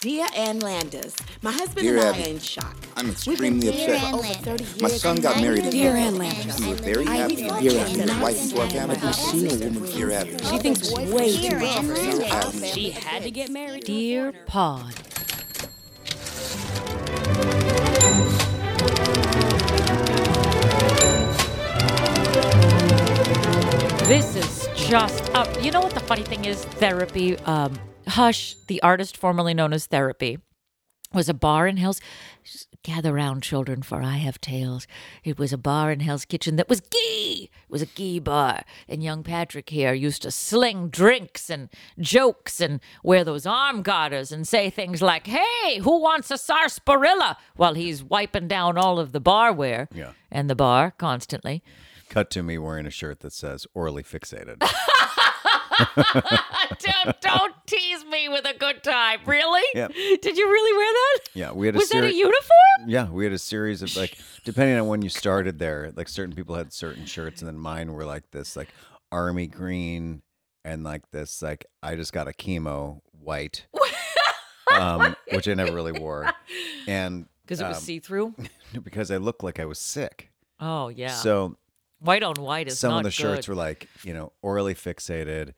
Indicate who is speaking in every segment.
Speaker 1: Dear Ann Landis, my husband
Speaker 2: Dear
Speaker 1: and I
Speaker 2: Abby,
Speaker 1: are in shock.
Speaker 2: I'm
Speaker 1: We've been
Speaker 2: extremely
Speaker 1: together
Speaker 2: upset.
Speaker 1: for over 30 years.
Speaker 2: My son got married
Speaker 1: and-
Speaker 2: in
Speaker 3: Dear Ann Landis.
Speaker 2: We were very happy and
Speaker 1: Dear
Speaker 2: attracted
Speaker 1: Ann
Speaker 2: his wife into our family.
Speaker 1: Landis. I've
Speaker 2: seen a woman. Dear Abby.
Speaker 3: She thinks way too much of herself.
Speaker 2: Abby.
Speaker 4: She had to get married.
Speaker 3: Dear Pod. This is just up. You know what the funny thing is? Therapy. Um, Hush, the artist formerly known as Therapy, was a bar in Hell's. Gather round, children, for I have tales. It was a bar in Hell's Kitchen that was gee. It was a gee bar, and young Patrick here used to sling drinks and jokes and wear those arm garters and say things like, "Hey, who wants a sarsaparilla?" while he's wiping down all of the barware
Speaker 5: Yeah.
Speaker 3: and the bar constantly.
Speaker 5: Cut to me wearing a shirt that says orally fixated.
Speaker 3: don't, don't tease me with a good time. Really?
Speaker 5: Yep.
Speaker 3: Did you really wear that?
Speaker 5: Yeah, we had a
Speaker 3: Was that a
Speaker 5: seri-
Speaker 3: uniform?
Speaker 5: yeah, we had a series of like, depending on when you started there, like certain people had certain shirts, and then mine were like this, like army green, and like this, like I just got a chemo white, um, which I never really wore, and
Speaker 3: Because it was
Speaker 5: um,
Speaker 3: see through.
Speaker 5: because I looked like I was sick.
Speaker 3: Oh yeah.
Speaker 5: So
Speaker 3: white on white is
Speaker 5: some
Speaker 3: not
Speaker 5: of the shirts
Speaker 3: good.
Speaker 5: were like, you know, orally fixated.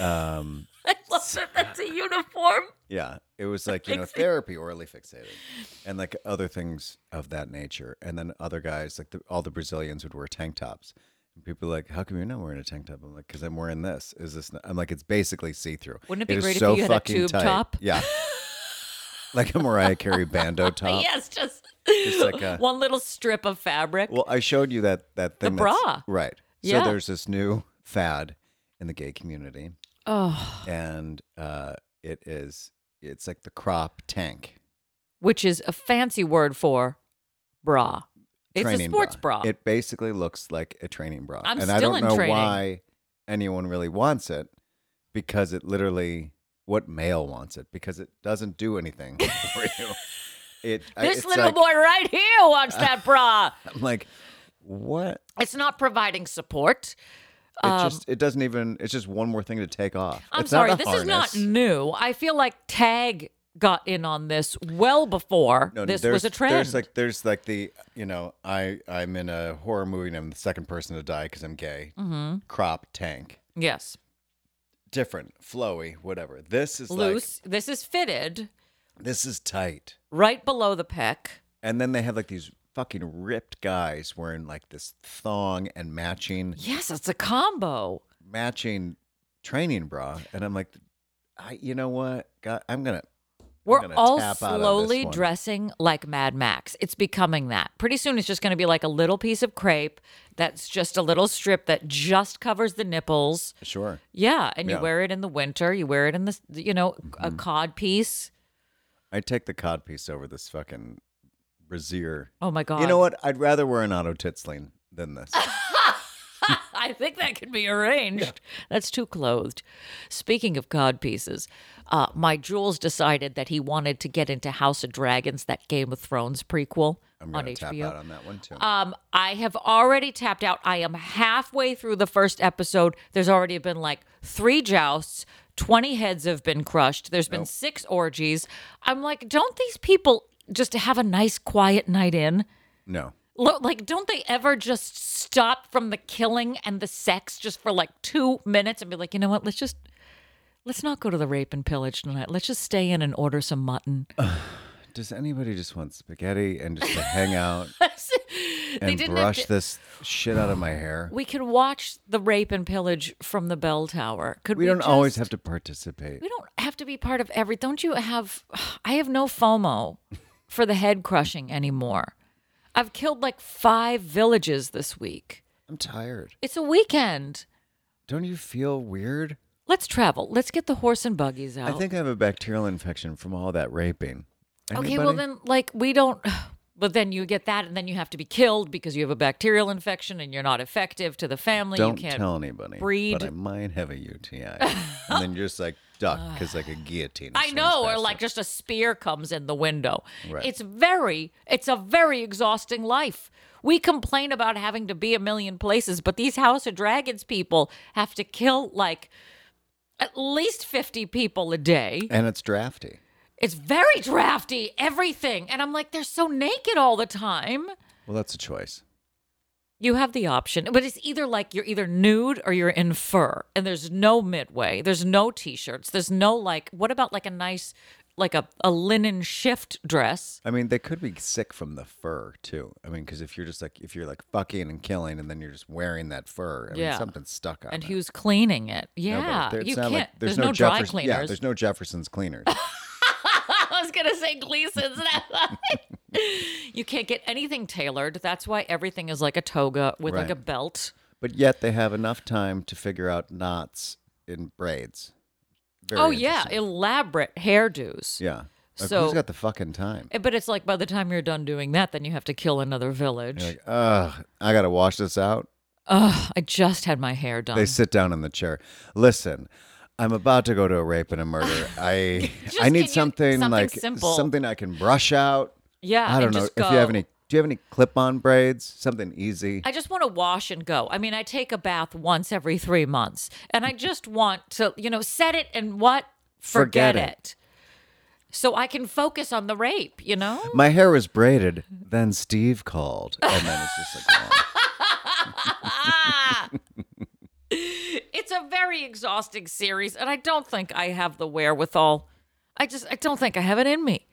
Speaker 5: Um,
Speaker 3: I love that that's a uniform.
Speaker 5: Yeah, it was like you know therapy orally fixated, and like other things of that nature. And then other guys like the, all the Brazilians would wear tank tops. And people are like, how come you're not wearing a tank top? I'm like, because I'm wearing this. Is this? Not? I'm like, it's basically see through.
Speaker 3: Wouldn't it be great if
Speaker 5: so
Speaker 3: you had a
Speaker 5: fucking
Speaker 3: tube
Speaker 5: tight.
Speaker 3: top?
Speaker 5: Yeah, like a Mariah Carey bando top.
Speaker 3: Yes, just,
Speaker 5: like a-
Speaker 3: one little strip of fabric.
Speaker 5: Well, I showed you that that thing. that's-
Speaker 3: bra.
Speaker 5: Right.
Speaker 3: Yeah.
Speaker 5: So there's this new fad in the gay community,
Speaker 3: oh,
Speaker 5: and uh, it is it's like the crop tank.
Speaker 3: which is a fancy word for bra. It's a
Speaker 5: training
Speaker 3: sports bra.
Speaker 5: It basically looks like a training bra.
Speaker 3: I'm
Speaker 5: and I
Speaker 3: still
Speaker 5: don't
Speaker 3: in
Speaker 5: know
Speaker 3: training.
Speaker 5: why anyone really wants it because it literally what male wants it because it doesn't do anything for you. It I-
Speaker 3: this
Speaker 5: it's
Speaker 3: little
Speaker 5: like,
Speaker 3: boy right here wants that bra.
Speaker 5: I'm like what?
Speaker 3: It's not providing support.
Speaker 5: It just it doesn't even it's just one more thing to take off.
Speaker 3: Um, I'm
Speaker 5: It's not
Speaker 3: sorry,
Speaker 5: a
Speaker 3: this is
Speaker 5: harness.
Speaker 3: not new. I feel like Tag got in on this well before
Speaker 5: No,
Speaker 3: this
Speaker 5: there's-
Speaker 3: was a trend.
Speaker 5: There's like there's like the you know I I'm in a horror movie and I'm the second person to die because I'm gay.
Speaker 3: Mm-hmm.
Speaker 5: Crop tank,
Speaker 3: yes,
Speaker 5: different, flowy, whatever. This is like-
Speaker 3: loose. this is fitted
Speaker 5: this is tight.
Speaker 3: right below the pec.
Speaker 5: And then they have like these fucking ripped guys wearing like this thong and matching
Speaker 3: Yes, it's a combo.
Speaker 5: matching training bra. And I'm like, I you know what? God, I'm gonna
Speaker 3: We're
Speaker 5: gonna
Speaker 3: all
Speaker 5: tap out of this
Speaker 3: slowly
Speaker 5: one.
Speaker 3: dressing like Mad Max. It's becoming that. Pretty soon, it's just going to be like a little piece of crepe that's just a little strip that just covers the nipples.
Speaker 5: sure.
Speaker 3: Yeah, and you
Speaker 5: Yeah. Mm-hmm.
Speaker 3: wear it in the winter. You wear it in the you know a cod piece.
Speaker 5: I take the codpiece over this fucking brassiere.
Speaker 3: Oh my god!
Speaker 5: You know what? I'd rather wear an auto titsling than this.
Speaker 3: I think that could be arranged. That's too clothed. Speaking of cod pieces, uh, my Jules decided that he wanted to get into House of Dragons, that Game of Thrones prequel
Speaker 5: I'm
Speaker 3: on
Speaker 5: gonna
Speaker 3: HBO.
Speaker 5: tap out on that one too.
Speaker 3: Um, I have already tapped out. I am halfway through the first episode. There's already been like three jousts, 20 heads have been crushed. There's been six orgies. I'm like, don't these people just have a nice quiet night in?
Speaker 5: no.
Speaker 3: Lo- Like, don't they ever just stop from the killing and the sex just for like two minutes and be like, you know what? Let's just, let's not go to the rape and pillage tonight. Let's just stay in and order some mutton.
Speaker 5: Does anybody just want spaghetti and just to hang out
Speaker 3: they
Speaker 5: and
Speaker 3: didn't have
Speaker 5: brush
Speaker 3: to-
Speaker 5: this shit out of my hair?
Speaker 3: We could watch the rape and pillage from the bell tower. Could we?
Speaker 5: We don't always
Speaker 3: just-
Speaker 5: have to participate.
Speaker 3: We don't have to be part of every. Don't you have? I have no FOMO for the head crushing anymore. I've killed like five villages this week.
Speaker 5: I'm tired.
Speaker 3: It's a weekend.
Speaker 5: Don't you feel weird?
Speaker 3: Let's travel. Let's get the horse and buggies out.
Speaker 5: I think I have a bacterial infection from all that raping.
Speaker 3: Okay, well
Speaker 5: Anybody?
Speaker 3: then, like we don't. But then you get that, and then you have to be killed because you have a bacterial infection and you're not effective to the family.
Speaker 5: don't
Speaker 3: you can't
Speaker 5: tell anybody.
Speaker 3: breed.
Speaker 5: But I might have a UTI, and then you're just like duck because like a guillotine.
Speaker 3: I
Speaker 5: swings
Speaker 3: know, or
Speaker 5: past
Speaker 3: like
Speaker 5: us.
Speaker 3: just a spear comes in the window.
Speaker 5: Right.
Speaker 3: It's very, it's a very exhausting life. We complain about having to be a million places, but these House of Dragons people have to kill like at least 50 people a day.
Speaker 5: and it's drafty.
Speaker 3: It's very drafty, everything. And I'm like, they're so naked all the time.
Speaker 5: Well, that's a choice.
Speaker 3: You have the option, but it's either like you're either nude or you're in fur, and there's no midway. There's no t-shirts. There's no like. What about like a nice, like a, a linen shift dress?
Speaker 5: I mean, they could be sick from the fur too. I mean, because if you're just like if you're like fucking and killing, and then you're just wearing that fur, I
Speaker 3: Yeah.
Speaker 5: mean, something's stuck on.
Speaker 3: And
Speaker 5: it.
Speaker 3: who's cleaning it?
Speaker 5: No, but
Speaker 3: Yeah,
Speaker 5: there- it's
Speaker 3: you
Speaker 5: not
Speaker 3: can't.
Speaker 5: like-
Speaker 3: there's, no, dry
Speaker 5: Jefferson-
Speaker 3: cleaners.
Speaker 5: Yeah, there's no Jefferson's cleaners.
Speaker 3: I was gonna say Gleason's. you can't get anything tailored. That's why everything is like a toga with like
Speaker 5: Right.
Speaker 3: a belt.
Speaker 5: but yet they have enough time to figure out knots in braids. Very
Speaker 3: oh yeah,
Speaker 5: interesting. elaborate
Speaker 3: elaborate hairdos.
Speaker 5: yeah. Like,
Speaker 3: So-
Speaker 5: who's got the fucking time?
Speaker 3: Eh, But it's like by the time you're done doing that, then you have to kill another village.
Speaker 5: Like, ugh, I gotta wash this out.
Speaker 3: Ugh, I just had my hair done.
Speaker 5: They sit down in the chair. Listen, I'm about to go to a rape and a murder. I
Speaker 3: Just
Speaker 5: I
Speaker 3: can
Speaker 5: need
Speaker 3: you-
Speaker 5: something,
Speaker 3: something
Speaker 5: like
Speaker 3: simple.
Speaker 5: something I can brush out.
Speaker 3: yeah,
Speaker 5: I don't
Speaker 3: and
Speaker 5: know
Speaker 3: just
Speaker 5: if you have
Speaker 3: go.
Speaker 5: any. Do you have any clip-on braids? Something easy.
Speaker 3: I just want to wash and go. I mean, I take a bath once every three months, and I just want to, you know, set it and what forget,
Speaker 5: Forget
Speaker 3: it. so I can focus on the rape. You know,
Speaker 5: My hair was braided. Then Steve called, and then it's just like. long.
Speaker 3: ah! it's a very exhausting series, and I don't think I have the wherewithal. I just, I don't think I have it in me.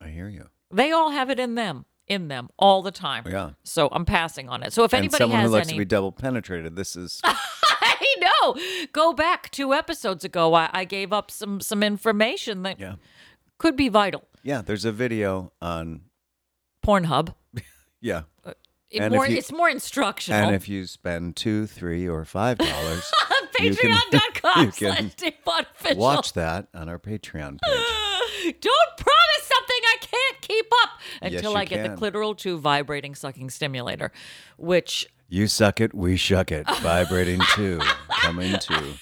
Speaker 5: I hear you.
Speaker 3: They all have it in them, in them all the time.
Speaker 5: Yeah.
Speaker 3: So I'm passing on it. So if
Speaker 5: and
Speaker 3: anybody
Speaker 5: someone
Speaker 3: has
Speaker 5: who likes
Speaker 3: any,
Speaker 5: to be double penetrated. This is
Speaker 3: I know. Go back two episodes ago. I, I gave up some some information that
Speaker 5: yeah,
Speaker 3: could be vital.
Speaker 5: yeah. There's a video on
Speaker 3: Pornhub.
Speaker 5: yeah,
Speaker 3: It
Speaker 5: And if
Speaker 3: more,
Speaker 5: you-
Speaker 3: it's more instructional.
Speaker 5: and if you spend two, three, or five dollars, you can-
Speaker 3: Patreon.com
Speaker 5: you can
Speaker 3: slash Dave Bond Official.
Speaker 5: watch that on our Patreon page.
Speaker 3: Don't promise something I can't keep up
Speaker 5: Yes,
Speaker 3: until
Speaker 5: you
Speaker 3: I get
Speaker 5: can.
Speaker 3: the clitoral two vibrating sucking stimulator, which
Speaker 5: You suck it, we shuck it. Vibrating two, coming two.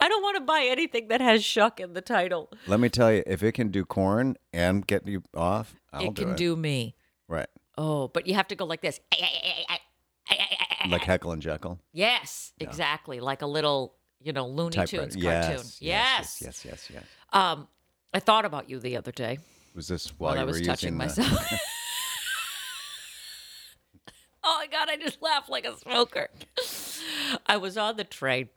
Speaker 3: I don't want to buy anything that has shuck in the title.
Speaker 5: Let me tell you, if it can do corn and get you off, I'll
Speaker 3: it can
Speaker 5: do it.
Speaker 3: do me.
Speaker 5: right,
Speaker 3: Oh, but you have to go like this.
Speaker 5: like Heckle and Jekyll.
Speaker 3: Yes, exactly. Like a little, you know, Looney
Speaker 5: Typewriter.
Speaker 3: Tunes cartoon. Yes.
Speaker 5: Yes, yes, yes, yes, yes.
Speaker 3: Um, I thought about you the other day
Speaker 5: Was this while
Speaker 3: when I
Speaker 5: you were
Speaker 3: was
Speaker 5: using
Speaker 3: touching
Speaker 5: the-
Speaker 3: myself. oh my god, I just laughed like a smoker. I was on the train,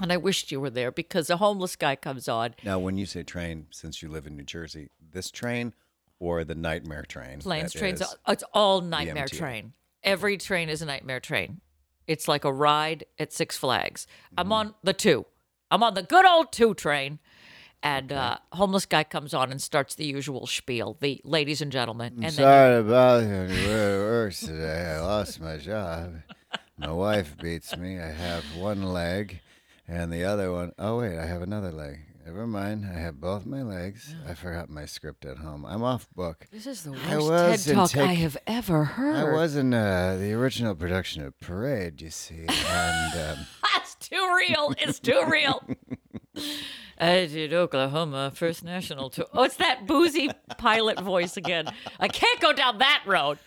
Speaker 3: and I wished you were there because a homeless guy comes on.
Speaker 5: Now, when you say train, since you live in New Jersey, this train or the nightmare train?
Speaker 3: Planes,
Speaker 5: that
Speaker 3: trains,
Speaker 5: is-
Speaker 3: it's all nightmare
Speaker 5: EMT.
Speaker 3: train. Every train is a nightmare train. It's like a ride at Six Flags.
Speaker 5: Mm-hmm.
Speaker 3: I'm on the two. I'm on the good old two train. And uh, homeless guy comes on and starts the usual spiel, the ladies and gentlemen.
Speaker 5: Mm,
Speaker 3: and then
Speaker 5: Sorry about it. works today. I lost my job. My wife beats me. I have one leg, and the other one oh wait, I have another leg. Never mind. I have both my legs. I forgot my script at home. I'm off book.
Speaker 3: This is the
Speaker 5: I
Speaker 3: worst
Speaker 5: was
Speaker 3: TED
Speaker 5: in
Speaker 3: talk I
Speaker 5: take-
Speaker 3: have ever heard.
Speaker 5: I was in uh, the original production of Parade, you see, and um,
Speaker 3: That's too real. It's too real. I did Oklahoma First National Tour. Oh, it's that boozy pilot voice again. I can't go down that road.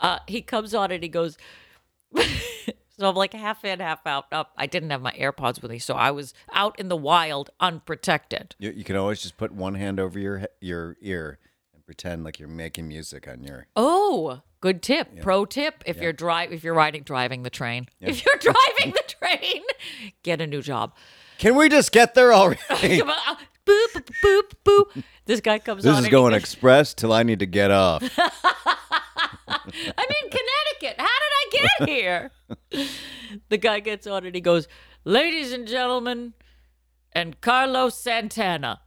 Speaker 3: Uh, he comes on and he goes. so I'm like half in, half out. Up. I didn't have my AirPods with me, so I was out in the wild, unprotected.
Speaker 5: you, you can always just put one hand over your he- your ear and pretend like you're making music on your.
Speaker 3: Oh, good tip. Pro tip: if you're drive, if you're riding, driving the train, if you're driving the train, get a new job.
Speaker 5: Can we just get there already?
Speaker 3: Come on, uh, boop, boop, boop, boop. This guy comes
Speaker 5: This
Speaker 3: on.
Speaker 5: is
Speaker 3: and he
Speaker 5: going
Speaker 3: goes,
Speaker 5: express till I need to get off.
Speaker 3: I'm in Connecticut. How did I get here? the guy gets on and he goes, Ladies and gentlemen, and Carlos Santana.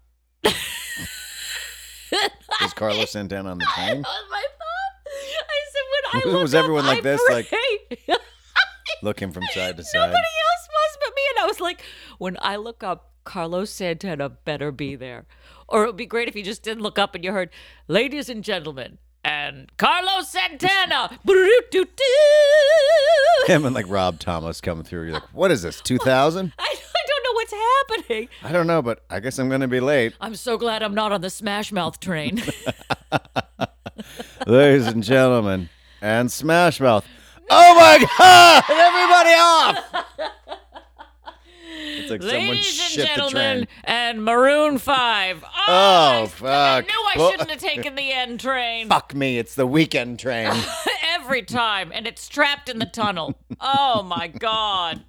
Speaker 5: Was Carlos Santana on the train?
Speaker 3: That was my thought. I said, when I
Speaker 5: Was
Speaker 3: look up,
Speaker 5: everyone like
Speaker 3: I
Speaker 5: this, like-
Speaker 3: pray.
Speaker 5: Looking from side to
Speaker 3: Nobody
Speaker 5: side.
Speaker 3: else was but me. And I was like, when I look up, Carlos Santana better be there. Or it would be great if you just didn't look up and you heard, ladies and gentlemen, and Carlos Santana. I
Speaker 5: Him and like Rob Thomas coming through. You're like, what is this, 2000?
Speaker 3: I don't know what's happening.
Speaker 5: I don't know, but I guess I'm going to be late.
Speaker 3: I'm so glad I'm not on the Smash Mouth train.
Speaker 5: Ladies and gentlemen, and Smash Mouth. Oh my God! Everybody off! It's like someone
Speaker 3: Ladies and
Speaker 5: shit the
Speaker 3: gentlemen,
Speaker 5: train.
Speaker 3: and Maroon 5. Oh,
Speaker 5: Oh,
Speaker 3: I f- I
Speaker 5: fuck.
Speaker 3: knew I
Speaker 5: Well-
Speaker 3: shouldn't have taken the N train
Speaker 5: Fuck me, it's the weekend train.
Speaker 3: every time, and it's trapped in the tunnel. Oh, my God.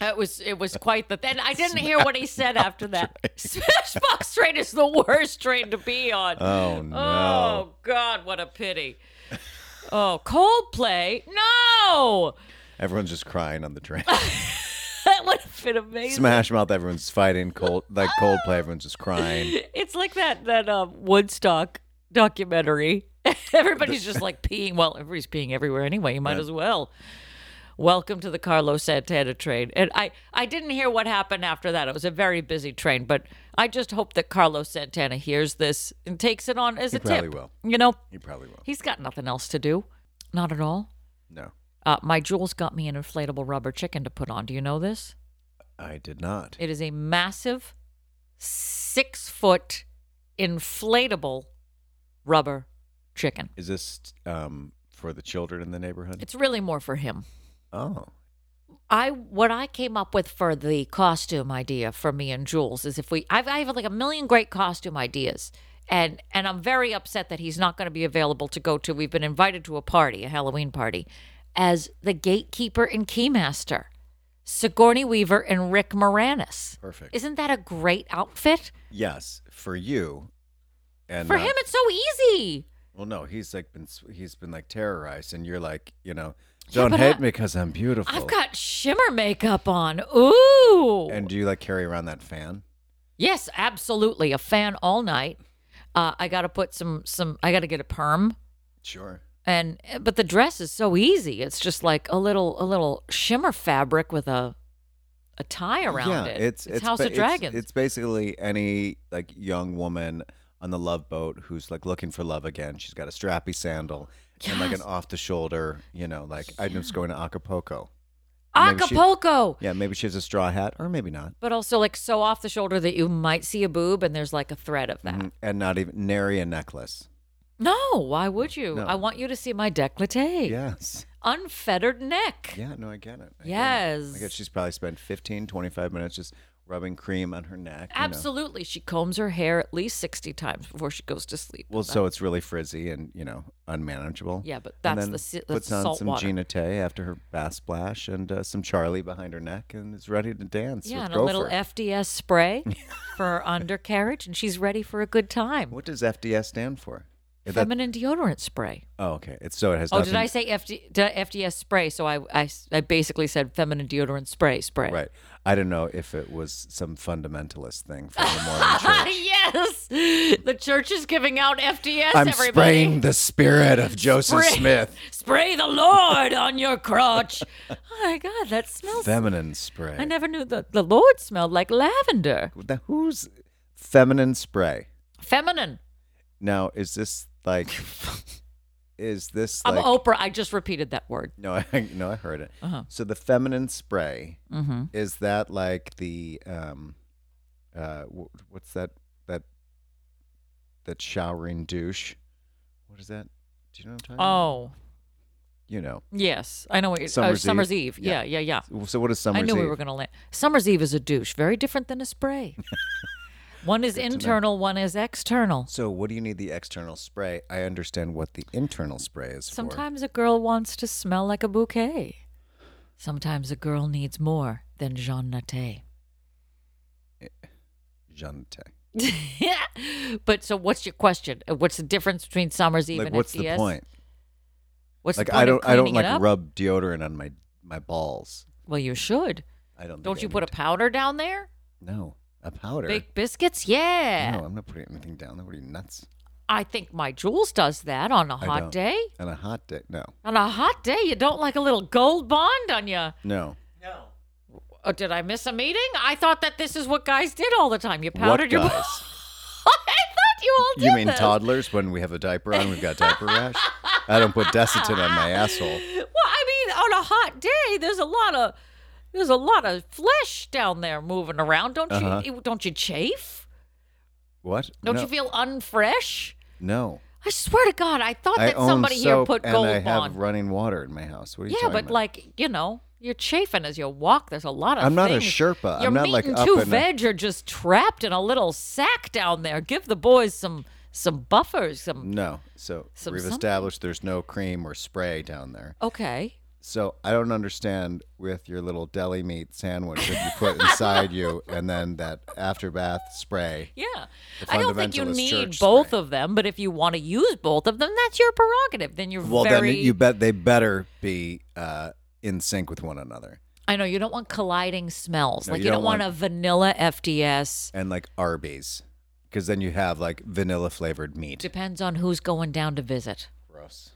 Speaker 3: It was it was quite the then I didn't hear what he said after that. Smashbox train is the worst train to be on.
Speaker 5: Oh no.
Speaker 3: Oh God, what a pity. Oh, Coldplay? No,
Speaker 5: Everyone's just crying on the train.
Speaker 3: that would have been amazing.
Speaker 5: Smash Mouth, everyone's fighting cold like Coldplay, everyone's just crying.
Speaker 3: It's like that that um, Woodstock documentary. Everybody's just like peeing. Well, everybody's peeing everywhere anyway. You might as well. Welcome to the Carlos Santana train. And I I didn't hear what happened after that. It was a very busy train, but I just hope that Carlos Santana hears this and takes it on as a
Speaker 5: probably
Speaker 3: tip.
Speaker 5: will.
Speaker 3: You know,
Speaker 5: You probably will.
Speaker 3: he's got nothing else to do. Not at all.
Speaker 5: No.
Speaker 3: Uh, my Jules got me an inflatable rubber chicken to put on. Do you know this?
Speaker 5: I did not.
Speaker 3: It is a massive six foot inflatable rubber chicken.
Speaker 5: Is this um for the children in the neighborhood?
Speaker 3: It's really more for him.
Speaker 5: oh.
Speaker 3: I what I came up with for the costume idea for me and Jules is if we I've, I have like a million great costume ideas and and I'm very upset that he's not going to be available to go to. We've been invited to a party, a Halloween party, as the gatekeeper and keymaster, Sigourney Weaver and Rick Moranis.
Speaker 5: Perfect.
Speaker 3: Isn't that a great outfit?
Speaker 5: Yes, for you. And
Speaker 3: For
Speaker 5: uh,
Speaker 3: him, it's so easy.
Speaker 5: Well, no, he's like been s- he's been like terrorized, and you're like, you know,
Speaker 3: Yeah,
Speaker 5: don't
Speaker 3: but
Speaker 5: hate
Speaker 3: I-
Speaker 5: me because I'm beautiful.
Speaker 3: I've got shimmer makeup on. Ooh.
Speaker 5: And do you like carry around that fan?
Speaker 3: yes, absolutely. A fan all night. Uh, I got to put some some. I got to get a perm.
Speaker 5: Sure.
Speaker 3: And but the dress is so easy. It's just like a little a little shimmer fabric with a a tie around
Speaker 5: yeah,
Speaker 3: it.
Speaker 5: it's it's
Speaker 3: House
Speaker 5: ba-
Speaker 3: of Dragons.
Speaker 5: It's, it's basically any like young woman on the love boat who's like looking for love again. She's got a strappy sandal and like an off the shoulder, you know, like I'm just going to Acapulco. maybe she-
Speaker 3: Acapulco.
Speaker 5: Yeah, maybe she has a straw hat or maybe not.
Speaker 3: But also like so off the shoulder that you might see a boob and there's like a thread of that.
Speaker 5: Mhm. And not even nary a necklace.
Speaker 3: No, why would you?
Speaker 5: No.
Speaker 3: I want you to see my décolleté.
Speaker 5: Yes.
Speaker 3: Unfettered neck.
Speaker 5: Yeah, no, I get it. I get it. I
Speaker 3: Yes.
Speaker 5: guess she's probably spent 15, 25 minutes just rubbing cream on her neck. you know.
Speaker 3: Absolutely. She combs her hair at least 60 times before she goes to sleep.
Speaker 5: Well, so it's really frizzy and, you know, unmanageable.
Speaker 3: Yeah, but
Speaker 5: And
Speaker 3: that's
Speaker 5: then
Speaker 3: the si- that's
Speaker 5: puts
Speaker 3: the
Speaker 5: on
Speaker 3: salt
Speaker 5: some
Speaker 3: water.
Speaker 5: Gina Tay after her bath splash and uh, some Charlie behind her neck and is ready to dance.
Speaker 3: yeah,
Speaker 5: with
Speaker 3: and a little
Speaker 5: Gopher.
Speaker 3: FDS spray for her undercarriage, and she's ready for a good time.
Speaker 5: What does FDS stand for? Is that-
Speaker 3: Feminine deodorant spray.
Speaker 5: oh, okay. It's so it has
Speaker 3: Oh,
Speaker 5: nothing.
Speaker 3: did I say FD, d- FDS spray? So I, I, I basically said feminine deodorant spray spray.
Speaker 5: Right. I don't know if it was some fundamentalist thing from the morning church.
Speaker 3: yes. The church is giving out FDS,
Speaker 5: I'm
Speaker 3: everybody.
Speaker 5: spraying the spirit of Joseph
Speaker 3: Spray-
Speaker 5: Smith.
Speaker 3: Spray the Lord on your crotch. Oh, my God, that smells.
Speaker 5: Feminine spray.
Speaker 3: I never knew that the Lord smelled like lavender.
Speaker 5: The- who's feminine spray?
Speaker 3: Feminine.
Speaker 5: Now, is this like, is this
Speaker 3: I'm
Speaker 5: like?
Speaker 3: Oprah. I just repeated that word.
Speaker 5: No, I, no, I heard it. So the feminine spray
Speaker 3: Mm-hmm.
Speaker 5: is that like the um, uh, w- what's that that that showering douche? What is that? Do you know what I'm talking about?
Speaker 3: Oh,
Speaker 5: you know.
Speaker 3: yes. I know what you're
Speaker 5: Summer's
Speaker 3: oh, Summer's
Speaker 5: Eve.
Speaker 3: Eve. Yeah, yeah, yeah.
Speaker 5: So what is summer's
Speaker 3: I knew
Speaker 5: Eve?
Speaker 3: we were going to land. Summer's Eve is a douche. Very different than a spray. one is internal, one is external.
Speaker 5: so what do you need the external spray? I understand what the internal spray is
Speaker 3: Sometimes a girl wants to smell like a bouquet. Sometimes a girl needs more than Jean Natte.
Speaker 5: for. Jante.
Speaker 3: but so, what's your question? Uh, What's the difference between Summer's Eve
Speaker 5: Like
Speaker 3: and
Speaker 5: what's
Speaker 3: FDS?
Speaker 5: the point?
Speaker 3: What's
Speaker 5: like
Speaker 3: the point
Speaker 5: I don't
Speaker 3: of
Speaker 5: I don't
Speaker 3: cleaning it
Speaker 5: like
Speaker 3: up?
Speaker 5: rub deodorant on my my balls.
Speaker 3: Well, you should.
Speaker 5: I don't.
Speaker 3: Don't
Speaker 5: think
Speaker 3: you
Speaker 5: I
Speaker 3: put a
Speaker 5: need to.
Speaker 3: powder down there?
Speaker 5: no a powder?
Speaker 3: Baked biscuits? Yeah.
Speaker 5: No, I'm not putting anything down there. What are you nuts?
Speaker 3: I think my Jules does that on a
Speaker 5: I
Speaker 3: hot
Speaker 5: don't.
Speaker 3: day.
Speaker 5: On a hot day? No,
Speaker 3: On a hot day, you don't like a little gold bond on you.
Speaker 5: no.
Speaker 3: Oh, did I miss a meeting? I thought that this is what guys did all the time. You powdered
Speaker 5: what
Speaker 3: your.
Speaker 5: guys?
Speaker 3: I thought you all did
Speaker 5: You mean
Speaker 3: this.
Speaker 5: toddlers? When we have a diaper on, we've got diaper rash. I don't put Desitin on my asshole.
Speaker 3: Well, I mean, on a hot day, there's a lot of there's a lot of flesh down there moving around. Don't
Speaker 5: Uh-huh.
Speaker 3: you? Don't you chafe?
Speaker 5: What?
Speaker 3: Don't
Speaker 5: no.
Speaker 3: you feel unfresh?
Speaker 5: No.
Speaker 3: I swear to God, I thought
Speaker 5: I
Speaker 3: that
Speaker 5: own
Speaker 3: somebody here
Speaker 5: soap
Speaker 3: put
Speaker 5: and
Speaker 3: gold
Speaker 5: I have
Speaker 3: bond.
Speaker 5: running water in my house. What are you
Speaker 3: Yeah,
Speaker 5: talking
Speaker 3: but
Speaker 5: about?
Speaker 3: like you know, You're chafing as you walk. There's a lot of.
Speaker 5: I'm not a
Speaker 3: things.
Speaker 5: Sherpa. I'm
Speaker 3: Your
Speaker 5: not,
Speaker 3: meat
Speaker 5: like,
Speaker 3: and
Speaker 5: up
Speaker 3: two
Speaker 5: in a-
Speaker 3: veg are just trapped in a little sack down there. Give the boys some some buffers. Some
Speaker 5: No. So
Speaker 3: Some-
Speaker 5: we've
Speaker 3: something.
Speaker 5: established there's no cream or spray down there.
Speaker 3: okay.
Speaker 5: So I don't understand with your little deli meat sandwich that you put inside you and then that after bath spray.
Speaker 3: Yeah,
Speaker 5: The
Speaker 3: I don't think you
Speaker 5: fundamentalist
Speaker 3: need
Speaker 5: church
Speaker 3: both
Speaker 5: spray.
Speaker 3: of them, but if you want to use both of them, that's your prerogative. Then you're
Speaker 5: Well,
Speaker 3: very.
Speaker 5: then you bet they better be uh, in sync with one another
Speaker 3: I know you don't want colliding smells.
Speaker 5: No,
Speaker 3: like you don't, want, a vanilla FDS.
Speaker 5: and like Arby's, because then you have like vanilla flavored meat.
Speaker 3: Depends on who's going down to visit.
Speaker 5: Gross.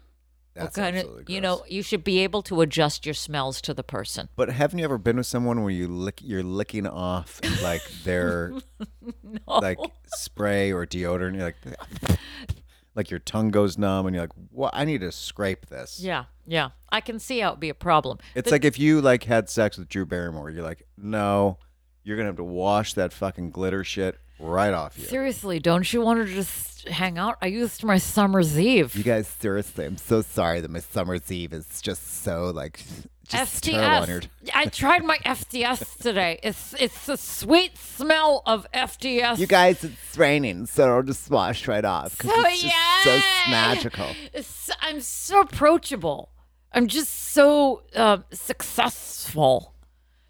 Speaker 3: What
Speaker 5: That's
Speaker 3: kind of-
Speaker 5: absolutely
Speaker 3: you
Speaker 5: gross.
Speaker 3: know, you should be able to adjust your smells to the person.
Speaker 5: But haven't you ever been with someone where you lick you're licking off like their like spray or deodorant? You're like like your tongue goes numb and you're like, What I need to scrape this.
Speaker 3: Yeah, yeah. I can see how it'd be a problem.
Speaker 5: It's like if you like had sex with Drew Barrymore, you're like, No, you're gonna have to wash that fucking glitter shit right off you.
Speaker 3: Seriously, don't you want to just hang out? I used my summer's eve.
Speaker 5: you guys seriously, I'm so sorry that my summer's eve is just so like just terrible on your
Speaker 3: FDS. I tried my FDS today. It's it's the sweet smell of FDS.
Speaker 5: You guys, it's raining, so it'll just wash right off. 'cause
Speaker 3: So
Speaker 5: it's just so
Speaker 3: yay!
Speaker 5: magical.
Speaker 3: It's- I'm so approachable. I'm just so um, successful.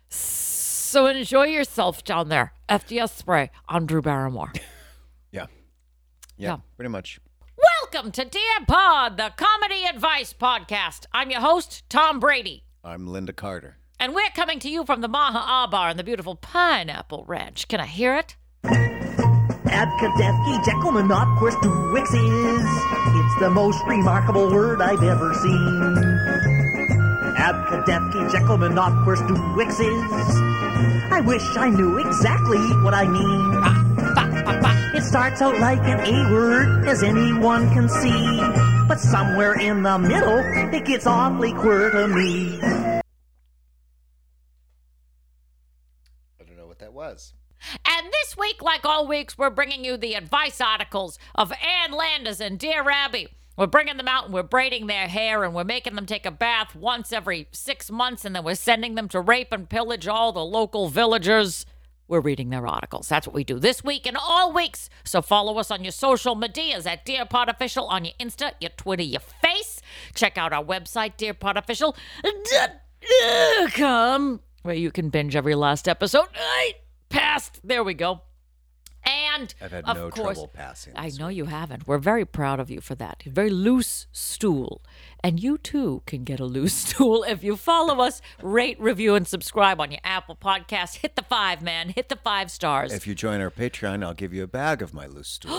Speaker 3: So enjoy yourself down there. FDS spray on Drew Barrymore.
Speaker 5: Yeah.
Speaker 3: Yeah.
Speaker 5: Yeah. Pretty much.
Speaker 3: Welcome to Dear Pod, the comedy advice podcast. I'm your host, Tom Brady.
Speaker 5: I'm Linda Carter.
Speaker 3: And we're coming to you from the Maha Ah Bar in the beautiful Pineapple Ranch. Can I hear it?
Speaker 4: Abkadefki, Jekylmanopquist, Wixes. It's the most remarkable word I've ever seen. Abkadefki, Jekylmanopquist, Wixes. I wish I knew exactly what I mean. It starts out like an A word, as anyone can see. But somewhere in the middle, it gets awfully queer to me.
Speaker 5: I don't know what that was.
Speaker 3: And this week, like all weeks, we're bringing you the advice articles of Ann Landers and Dear Abby. We're bringing them out and we're braiding their hair and we're making them take a bath once every six months and then we're sending them to rape and pillage all the local villagers. We're reading their articles. That's what we do this week and all weeks. So follow us on your social medias at Dear Pod Official on your Insta, your Twitter, your Face. Check out our website, DearPodOfficial.com, where you can binge every last episode. I passed. There we go. And
Speaker 5: I've had
Speaker 3: of
Speaker 5: no
Speaker 3: course,
Speaker 5: trouble passing.
Speaker 3: I
Speaker 5: this
Speaker 3: know
Speaker 5: week.
Speaker 3: you haven't. We're very proud of you for that. Very loose stool. And you too can get a loose stool if you follow us, rate, review, and subscribe on your Apple Podcast. Hit the five, man. Hit the five stars.
Speaker 5: If you join our Patreon, I'll give you a bag of my loose stool. for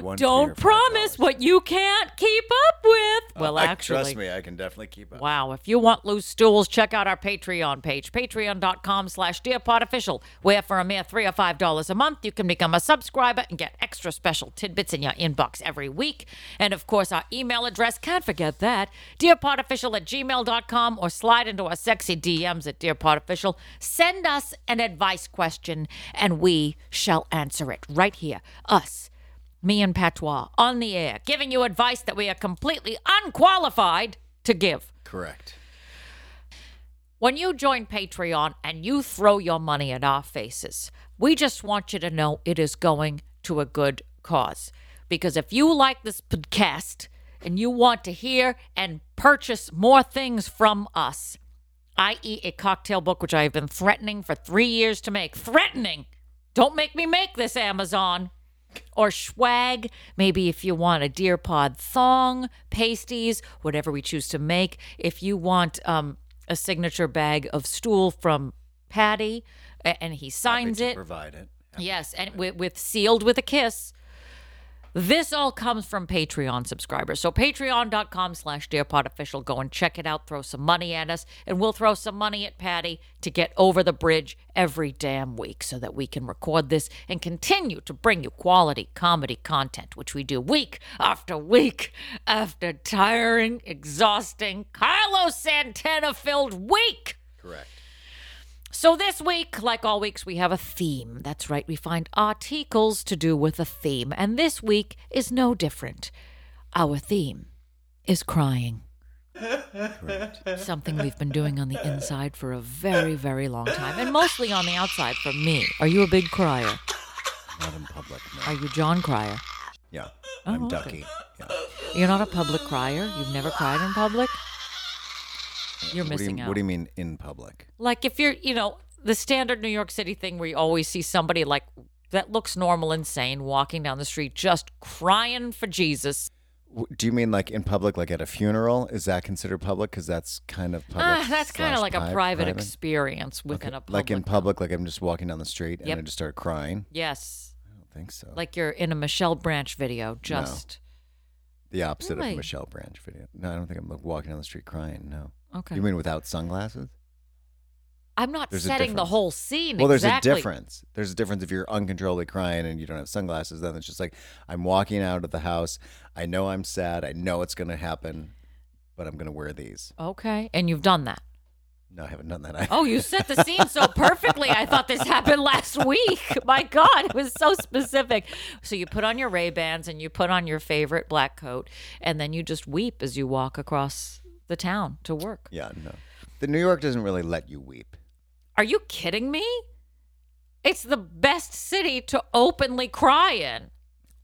Speaker 5: one, three, or
Speaker 3: Don't
Speaker 5: five
Speaker 3: promise
Speaker 5: dollars. Uh,
Speaker 3: what you can't keep up with. Well,
Speaker 5: I-
Speaker 3: actually,
Speaker 5: Trust me, I can definitely keep up.
Speaker 3: Wow. If you want loose stools, check out our Patreon page, patreon.com slash dearpodofficial, where for a mere three or five dollars a month, you can become a subscriber and get extra special tidbits in your inbox every week. And of course, our email address, can't forget that, dearpodofficial at gmail.com or slide into our sexy DMs at dearpodofficial. Send us an advice question and we shall answer it right here. Us me and Patois on the air, giving you advice that we are completely unqualified to give.
Speaker 5: Correct.
Speaker 3: When you join Patreon and you throw your money at our faces, we just want you to know it is going to a good cause. Because if you like this podcast and you want to hear and purchase more things from us, i.e., a cocktail book, which I have been threatening for three years to make. Threatening! Don't make me make this, Amazon! or swag. Maybe if you want a deer pod thong, pasties, whatever we choose to make. If you want um, a signature bag of stool from Patty a- and he signs
Speaker 5: Happy to
Speaker 3: it.
Speaker 5: Provide it.
Speaker 3: Yes, and with, with sealed with a kiss. This all comes from Patreon subscribers. So patreon.com slash dearpodofficial. Go and check it out. Throw some money at us, and we'll throw some money at Patty to get over the bridge every damn week so that we can record this and continue to bring you quality comedy content, which we do week after week after tiring, exhausting, Carlos Santana filled week.
Speaker 5: Correct.
Speaker 3: So this week, like all weeks, we have a theme. That's right, we find articles to do with a theme, and this week is no different. Our theme is crying. Something we've been doing on the inside for a very, very long time, and mostly on the outside for me. Are you a big crier?
Speaker 5: Not in public. No.
Speaker 3: Are you John Crier?
Speaker 5: Yeah.
Speaker 3: Oh,
Speaker 5: I'm
Speaker 3: okay.
Speaker 5: ducky. Yeah.
Speaker 3: You're not a public crier. You've never cried in public. You're
Speaker 5: What do you-
Speaker 3: missing out.
Speaker 5: What do you mean in public?
Speaker 3: Like if you're, you know, the standard New York City thing where you always see somebody like that looks normal and sane walking down the street just crying for Jesus.
Speaker 5: W- Do you mean like in public, like at a funeral? Is that considered public? Because that's kind of public.
Speaker 3: Ah, that's kind of
Speaker 5: slash
Speaker 3: like a
Speaker 5: pri-
Speaker 3: private, experience within a public.
Speaker 5: Like in public, like I'm just walking down the street and
Speaker 3: Yep.
Speaker 5: I just start crying.
Speaker 3: Yes.
Speaker 5: I don't think so.
Speaker 3: Like you're in a Michelle Branch video just
Speaker 5: the opposite
Speaker 3: Really?
Speaker 5: of Michelle Branch video. No, I don't think I'm like walking down the street crying. No.
Speaker 3: Okay.
Speaker 5: You mean without sunglasses?
Speaker 3: I'm not
Speaker 5: There's a
Speaker 3: setting the
Speaker 5: difference.
Speaker 3: whole scene
Speaker 5: Well, there's
Speaker 3: exactly.
Speaker 5: a difference. There's a difference if you're uncontrollably crying and you don't have sunglasses. Then it's just like I'm walking out of the house. I know I'm sad. I know it's going to happen, but I'm going to wear these.
Speaker 3: Okay. And you've done that.
Speaker 5: No, I haven't done that. I,
Speaker 3: Oh, you set the scene so perfectly. I thought this happened last week. My God, it was so specific. So you put on your Ray Bans and you put on your favorite black coat, and then you just weep as you walk across the town to work.
Speaker 5: Yeah, no. The New York doesn't really let you weep.
Speaker 3: Are you kidding me? It's the best city to openly cry in.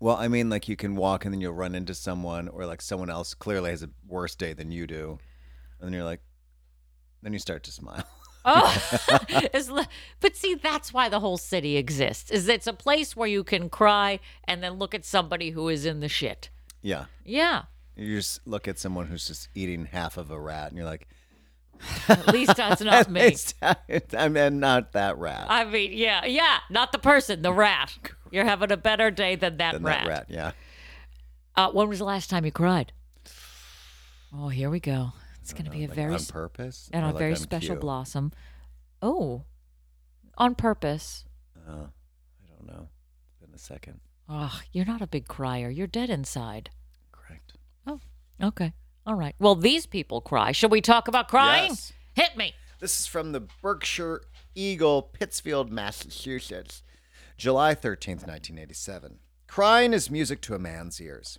Speaker 5: Well, I mean, like you can walk and then you'll run into someone, or like someone else clearly has a worse day than you do, and then you're like, then you start to smile.
Speaker 3: Oh, it's li- but see, that's why the whole city exists. Is it's a place where you can cry and then look at somebody who is in the shit.
Speaker 5: yeah,
Speaker 3: Yeah.
Speaker 5: you just look at someone who's just eating half of a rat, and you're like,
Speaker 3: At least that's not
Speaker 5: at
Speaker 3: me.
Speaker 5: least I'm I'm not that rat.
Speaker 3: I mean, yeah, yeah, not the person, the rat. You're having a better day than that
Speaker 5: than
Speaker 3: rat.
Speaker 5: that rat. Yeah.
Speaker 3: Uh, when was the last time you cried? Oh, here we go. It's going to be a
Speaker 5: Uh, Like,
Speaker 3: very
Speaker 5: on
Speaker 3: s-
Speaker 5: purpose
Speaker 3: and
Speaker 5: or,
Speaker 3: a
Speaker 5: like,
Speaker 3: very
Speaker 5: on
Speaker 3: special
Speaker 5: cue?
Speaker 3: blossom. Oh, on purpose.
Speaker 5: Uh, I don't know. It's been a second.
Speaker 3: Oh, you're not a big crier. You're dead inside.
Speaker 5: Correct.
Speaker 3: Oh, okay. All right. Well, these people cry. Should we talk about crying?
Speaker 5: Yes.
Speaker 3: Hit me.
Speaker 5: This is from the Berkshire Eagle, Pittsfield, Massachusetts, July 13th, 1987. Crying is music to a man's ears.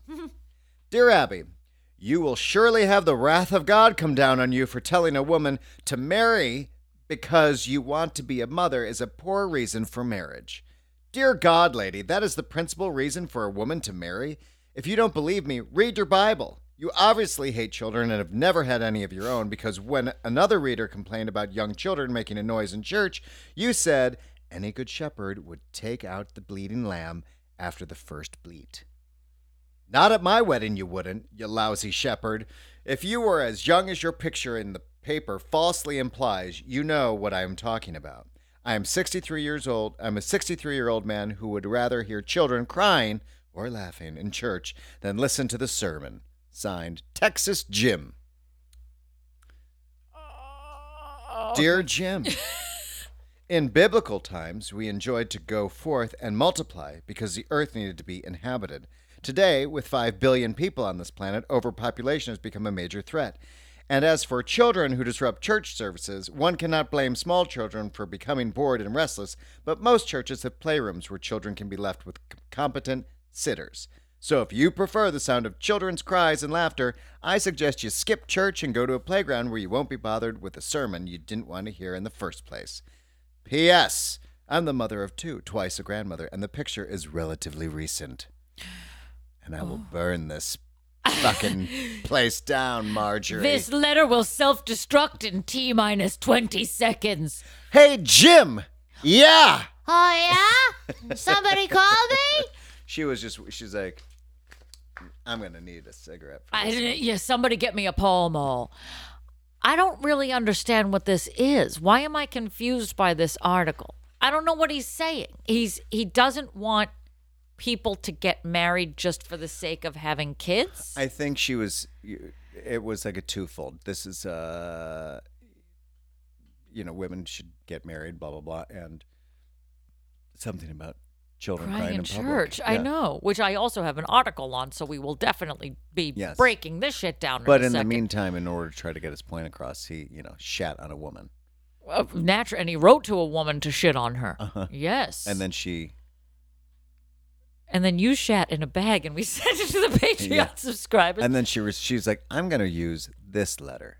Speaker 5: Dear Abby, you will surely have the wrath of God come down on you for telling a woman to marry because you want to be a mother is a poor reason for marriage. Dear God, lady, that is the principal reason for a woman to marry. If you don't believe me, read your Bible. You obviously hate children and have never had any of your own because when another reader complained about young children making a noise in church, you said, Any good shepherd would take out the bleeding lamb after the first bleat. Not at my wedding, you wouldn't, you lousy shepherd. If you were as young as your picture in the paper falsely implies, you know what I am talking about. I am 63 years old. I'm a 63 year old man who would rather hear children crying or laughing in church than listen to the sermon. Signed, Texas Jim. Dear Jim. In biblical times, we enjoyed to go forth and multiply because the earth needed to be inhabited. Today, with 5 billion people on this planet, overpopulation has become a major threat. And as for children who disrupt church services, one cannot blame small children for becoming bored and restless, but most churches have playrooms where children can be left with c- competent sitters. So if you prefer the sound of children's cries and laughter, I suggest you skip church and go to a playground where you won't be bothered with a sermon you didn't want to hear in the first place. P.S. I'm the mother of two, twice a grandmother, and the picture is relatively recent. And I will
Speaker 3: Oh.
Speaker 5: burn this fucking place down, Marjorie.
Speaker 3: This letter will self destruct in T minus 20 seconds.
Speaker 5: Hey, Jim! Yeah!
Speaker 3: Oh, yeah? Somebody call me?
Speaker 5: She was just, she's like, I'm going to need a cigarette. For
Speaker 3: I
Speaker 5: this."
Speaker 3: didn't, yeah, somebody get me a Pall Mall. I don't really understand what this is. Why am I confused by this article? I don't know what he's saying. He's he doesn't want people to get married just for the sake of having kids.
Speaker 5: I think she was, it was like a twofold. This is, uh, you know, women should get married, blah, blah, blah. And something about children crying,
Speaker 3: Crying in
Speaker 5: public.
Speaker 3: church, I
Speaker 5: Yeah.
Speaker 3: know, which I also have an article on, so we will definitely be
Speaker 5: Yes.
Speaker 3: breaking this shit down.
Speaker 5: But
Speaker 3: in, a
Speaker 5: in the
Speaker 3: second.
Speaker 5: meantime, in order to try to get his point across, he, you know, shat on a woman.
Speaker 3: uh,
Speaker 5: Uh-huh.
Speaker 3: natural, and he wrote to a woman to shit on her. Yes,
Speaker 5: And then she
Speaker 3: And then you shat in a bag and we sent it to the Patreon
Speaker 5: Yeah.
Speaker 3: subscribers.
Speaker 5: And then she was she's like, I'm gonna use this letter.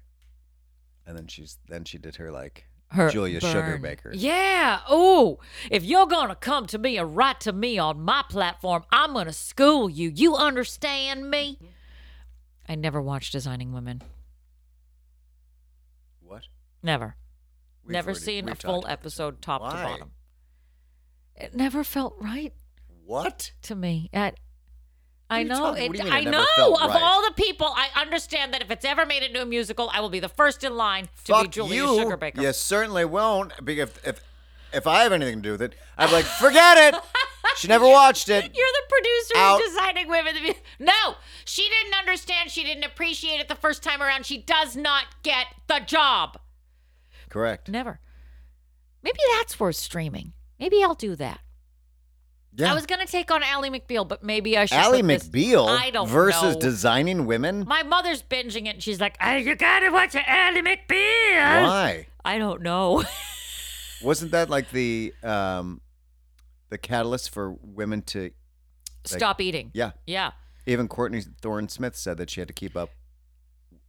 Speaker 5: And then she's then she did her like
Speaker 3: Her
Speaker 5: Julia
Speaker 3: burn.
Speaker 5: Sugarbaker.
Speaker 3: Yeah. Oh, if you're going to come to me and write to me on my platform, I'm going to school you. You understand me? I never watched Designing Women.
Speaker 5: What?
Speaker 3: Never.
Speaker 5: We've
Speaker 3: never
Speaker 5: already-
Speaker 3: seen a
Speaker 5: we've
Speaker 3: full
Speaker 5: talked about this.
Speaker 3: episode top to
Speaker 5: Why?
Speaker 3: bottom. It never felt right
Speaker 5: What?
Speaker 3: to me. I, I
Speaker 5: you
Speaker 3: know.
Speaker 5: talking-
Speaker 3: It,
Speaker 5: what do you mean it
Speaker 3: I
Speaker 5: never
Speaker 3: know.
Speaker 5: felt
Speaker 3: Of
Speaker 5: right?
Speaker 3: all the people, I understand that if it's ever made into a musical, I will be the first in line to be Julia
Speaker 5: you.
Speaker 3: Sugarbaker.
Speaker 5: You certainly won't. Because if, if if I have anything to do with it, I'm like, forget it. She never watched it.
Speaker 3: You're the producer
Speaker 5: Out.
Speaker 3: of Designing Women. No, she didn't understand. She didn't appreciate it the first time around. She does not get the job.
Speaker 5: Correct.
Speaker 3: Never. Maybe that's worth streaming. Maybe I'll do that.
Speaker 5: Yeah.
Speaker 3: I was gonna take on Ally McBeal, but maybe I should.
Speaker 5: Ally
Speaker 3: put this-
Speaker 5: McBeal
Speaker 3: I don't
Speaker 5: versus
Speaker 3: know.
Speaker 5: designing women.
Speaker 3: My mother's binging it, and she's like, oh, "You gotta watch Ally McBeal."
Speaker 5: Why?
Speaker 3: I don't know.
Speaker 5: Wasn't that like the um the catalyst for women to
Speaker 3: Stop eating.
Speaker 5: yeah?
Speaker 3: Yeah.
Speaker 5: Even Courtney Thorne Smith said that she had to keep up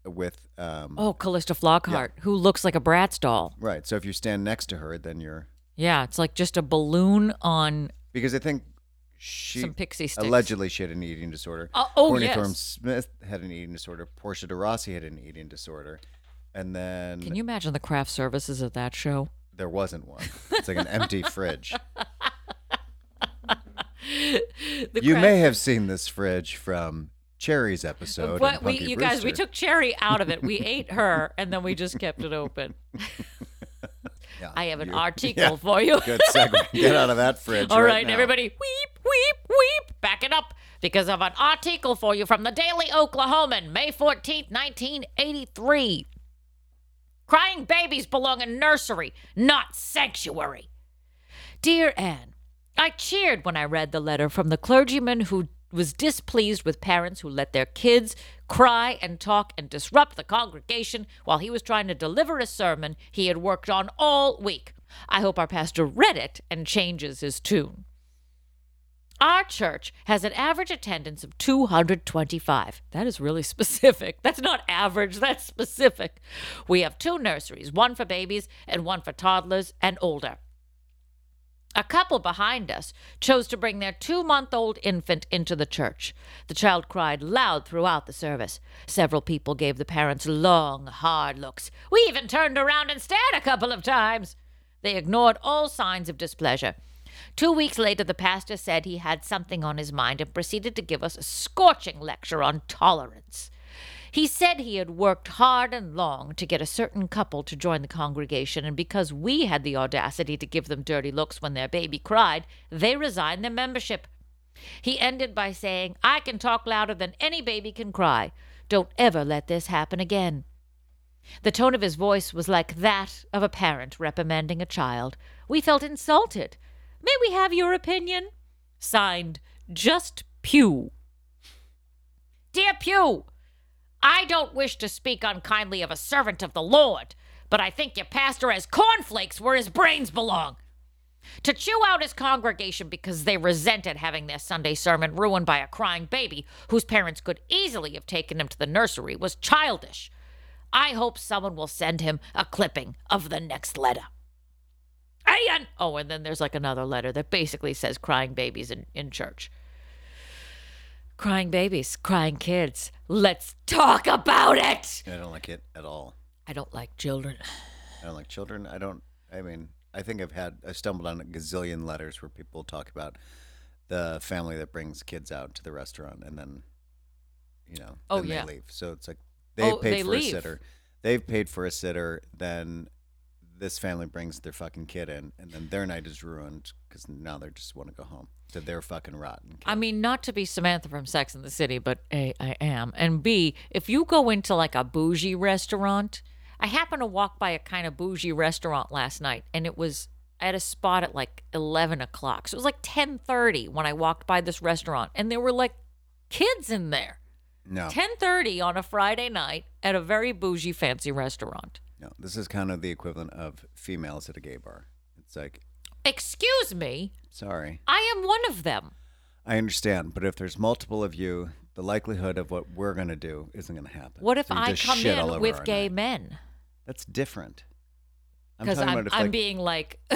Speaker 5: with um
Speaker 3: Oh, Callista Flockhart, who looks like a Bratz doll.
Speaker 5: right. So if you stand next to her, then you're
Speaker 3: Yeah, it's like just a balloon on
Speaker 5: because I think she
Speaker 3: some pixie sticks.
Speaker 5: allegedly she had an eating disorder.
Speaker 3: Oh- oh,
Speaker 5: Courtney
Speaker 3: yes.
Speaker 5: Thorne Smith had an eating disorder. Portia de Rossi had an eating disorder, and then
Speaker 3: Can you imagine the craft services at that show?
Speaker 5: there wasn't one. It's like an empty fridge.
Speaker 3: The
Speaker 5: You
Speaker 3: craft-
Speaker 5: may have seen this fridge from Cherry's episode.
Speaker 3: But
Speaker 5: and
Speaker 3: we,
Speaker 5: Punky
Speaker 3: you guys, we
Speaker 5: Brewster.
Speaker 3: took Cherry out of it. We ate her, and then we just kept it open.
Speaker 5: Yeah,
Speaker 3: I have an
Speaker 5: you-
Speaker 3: article
Speaker 5: Yeah,
Speaker 3: for you.
Speaker 5: good segue. Get out of that fridge.
Speaker 3: All right,
Speaker 5: now.
Speaker 3: everybody, weep, weep, weep. Back it up because of an article for you from the Daily Oklahoman, May 14th, 1983. Crying babies belong in nursery, not sanctuary. Dear Anne, I cheered when I read the letter from the clergyman who was displeased with parents who let their kids cry and talk and disrupt the congregation while he was trying to deliver a sermon he had worked on all week. I hope our pastor read it and changes his tune. Our church has an average attendance of 225. That is really specific. That's not average, that's specific. We have two nurseries, one for babies and one for toddlers and older. A couple behind us chose to bring their two month old infant into the church. The child cried loud throughout the service. Several people gave the parents long, hard looks. We even turned around and stared a couple of times. They ignored all signs of displeasure. Two weeks later, the pastor said he had something on his mind and proceeded to give us a scorching lecture on tolerance. He said he had worked hard and long to get a certain couple to join the congregation, and because we had the audacity to give them dirty looks when their baby cried, they resigned their membership. He ended by saying, I can talk louder than any baby can cry. Don't ever let this happen again. The tone of his voice was like that of a parent reprimanding a child. We felt insulted. May we have your opinion? Signed, Just Pew. Dear Pew, I don't wish to speak unkindly of a servant of the Lord, but I think your pastor has cornflakes where his brains belong. To chew out his congregation because they resented having their Sunday sermon ruined by a crying baby whose parents could easily have taken him to the nursery was childish. I hope someone will send him a clipping of the next letter. Ian! Oh, and then there's like another letter that basically says crying babies in, in church. Crying babies, crying kids. Let's talk about it!
Speaker 5: I don't like it at all.
Speaker 3: I don't like children.
Speaker 5: I don't like children. I don't. I mean, I think I've had. I stumbled on a gazillion letters where people talk about the family that brings kids out to the restaurant and then, you know,
Speaker 3: Oh,
Speaker 5: then
Speaker 3: yeah.
Speaker 5: they leave. So it's like they
Speaker 3: Oh,
Speaker 5: paid
Speaker 3: they
Speaker 5: for
Speaker 3: leave.
Speaker 5: a sitter. They've paid for a sitter. Then this family brings their fucking kid in, and then their night is ruined because now they just want to go home to their fucking rotten. Kid.
Speaker 3: I mean, not to be Samantha from Sex and the City, but A, I am. And B, if you go into like a bougie restaurant, I happened to walk by a kind of bougie restaurant last night and it was at a spot at like 11 o'clock. So it was like 1030 when I walked by this restaurant and there were like kids in there.
Speaker 5: no,
Speaker 3: 1030 on a Friday night at a very bougie fancy restaurant.
Speaker 5: no. This is kind of the equivalent of females at a gay bar. It's like,
Speaker 3: Excuse me,
Speaker 5: sorry.
Speaker 3: I am one of them.
Speaker 5: I understand, but if there's multiple of you, the likelihood of what we're going to do isn't going to happen.
Speaker 3: What if
Speaker 5: So you
Speaker 3: I
Speaker 5: just
Speaker 3: come
Speaker 5: shit all over
Speaker 3: in
Speaker 5: our
Speaker 3: with gay
Speaker 5: night.
Speaker 3: men?
Speaker 5: That's different. I'm
Speaker 3: Because
Speaker 5: talking
Speaker 3: I'm,
Speaker 5: about if,
Speaker 3: I'm
Speaker 5: like,
Speaker 3: being like,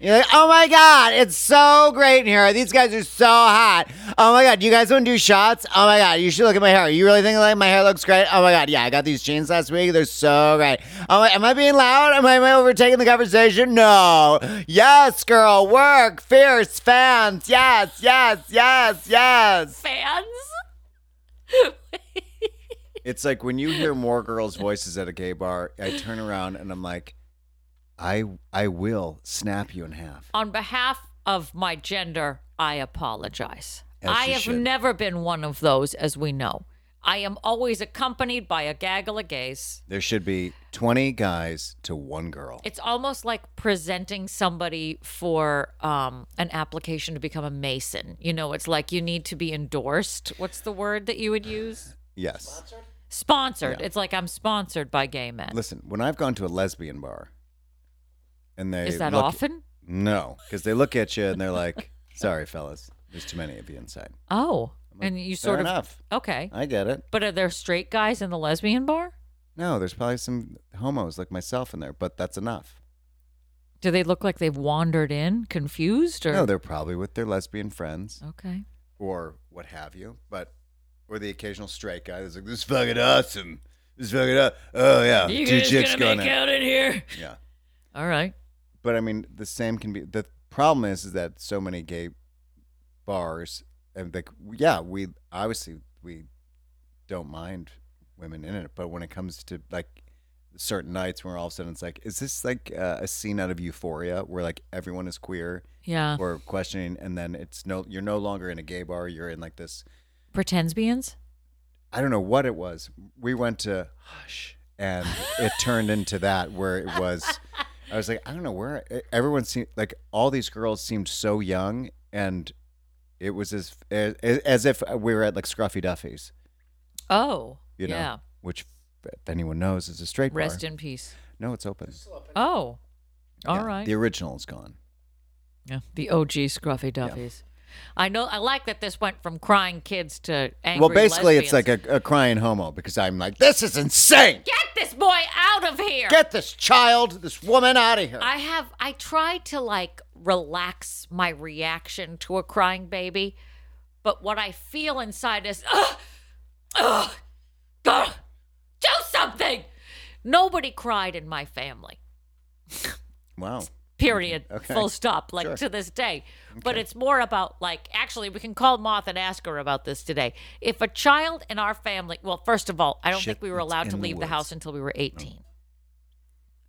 Speaker 5: You're like, oh my god, it's so great in here. These guys are so hot. Oh my god, you guys want to do shots? Oh my god, you should look at my hair. You really think like my hair looks great? Oh my god, yeah, I got these jeans last week. They're so great. Oh my, am I being loud? Am I, am I overtaking the conversation? No. Yes, girl, work, fierce fans. Yes, yes, yes, yes.
Speaker 3: fans?
Speaker 5: It's like when you hear more girls' voices at a gay bar, I turn around and I'm like, I I will snap you in half.
Speaker 3: On behalf of my gender, I apologize.
Speaker 5: As
Speaker 3: I
Speaker 5: you
Speaker 3: have
Speaker 5: should.
Speaker 3: never been one of those, as we know. I am always accompanied by a gaggle of gays.
Speaker 5: There should be 20 guys to one girl.
Speaker 3: It's almost like presenting somebody for um, an application to become a mason. You know, it's like you need to be endorsed. What's the word that you would use?
Speaker 5: yes.
Speaker 3: Sponsored. It's like I'm sponsored by gay men.
Speaker 5: Listen, when I've gone to a lesbian bar and they
Speaker 3: Is that
Speaker 5: look-
Speaker 3: often?
Speaker 5: No, cuz they look at you and they're like, "Sorry fellas, there's too many of you inside."
Speaker 3: Oh, and you sort of
Speaker 5: Fair enough.
Speaker 3: okay.
Speaker 5: I get it.
Speaker 3: But are there straight guys in the lesbian bar?
Speaker 5: No, there's probably some homos like myself in there, but that's enough.
Speaker 3: Do they look like they've wandered in, confused, or
Speaker 5: No, they're probably with their lesbian friends.
Speaker 3: okay?
Speaker 5: or what have you, but or the occasional straight guy that's like, "This is fucking awesome, this is fucking awesome. oh yeah, two chicks going out."
Speaker 3: in here.
Speaker 5: yeah."
Speaker 3: All right.
Speaker 5: But I mean, the same can be. The problem is, is that so many gay bars and like, yeah, we obviously we don't mind women in it, but when it comes to like certain nights where all of a sudden it's like, is this like uh, a scene out of Euphoria where like everyone is queer
Speaker 3: Yeah.
Speaker 5: or questioning, and then it's no, you're no longer in a gay bar, you're in like this
Speaker 3: Pretensbians.
Speaker 5: I don't know what it was. We went to Hush, and it turned into that where it was. I was like, I don't know where e, everyone seemed like all these girls seemed so young, and it was as as, as if we were at like Scruffy Duffy's,
Speaker 3: Oh.
Speaker 5: you know,
Speaker 3: yeah.
Speaker 5: which if anyone knows is a straight bar.
Speaker 3: Rest in peace.
Speaker 5: no, it's open.
Speaker 3: Oh. all right.
Speaker 5: Yeah, The original is gone.
Speaker 3: Yeah, the OG Scruffy Duffies. I know. I like that this went from crying kids to angry.
Speaker 5: well, basically, it's like
Speaker 3: lesbians.
Speaker 5: a, a crying homo because I'm like, this is insane.
Speaker 3: get this boy out of here.
Speaker 5: Get this child, this woman out of here.
Speaker 3: I have. I tried to like relax my reaction to a crying baby, but what I feel inside is, ugh, ugh, ugh, do something. Nobody cried in my family.
Speaker 5: wow.
Speaker 3: period
Speaker 5: Okay.
Speaker 3: full stop like
Speaker 5: Sure.
Speaker 3: to this day but it's more about like actually we can call moth and ask her about this today if a child in our family well first of all i don't
Speaker 5: Shit
Speaker 3: think we were
Speaker 5: that's
Speaker 3: allowed to
Speaker 5: in the
Speaker 3: leave the
Speaker 5: woods.
Speaker 3: house until we were 18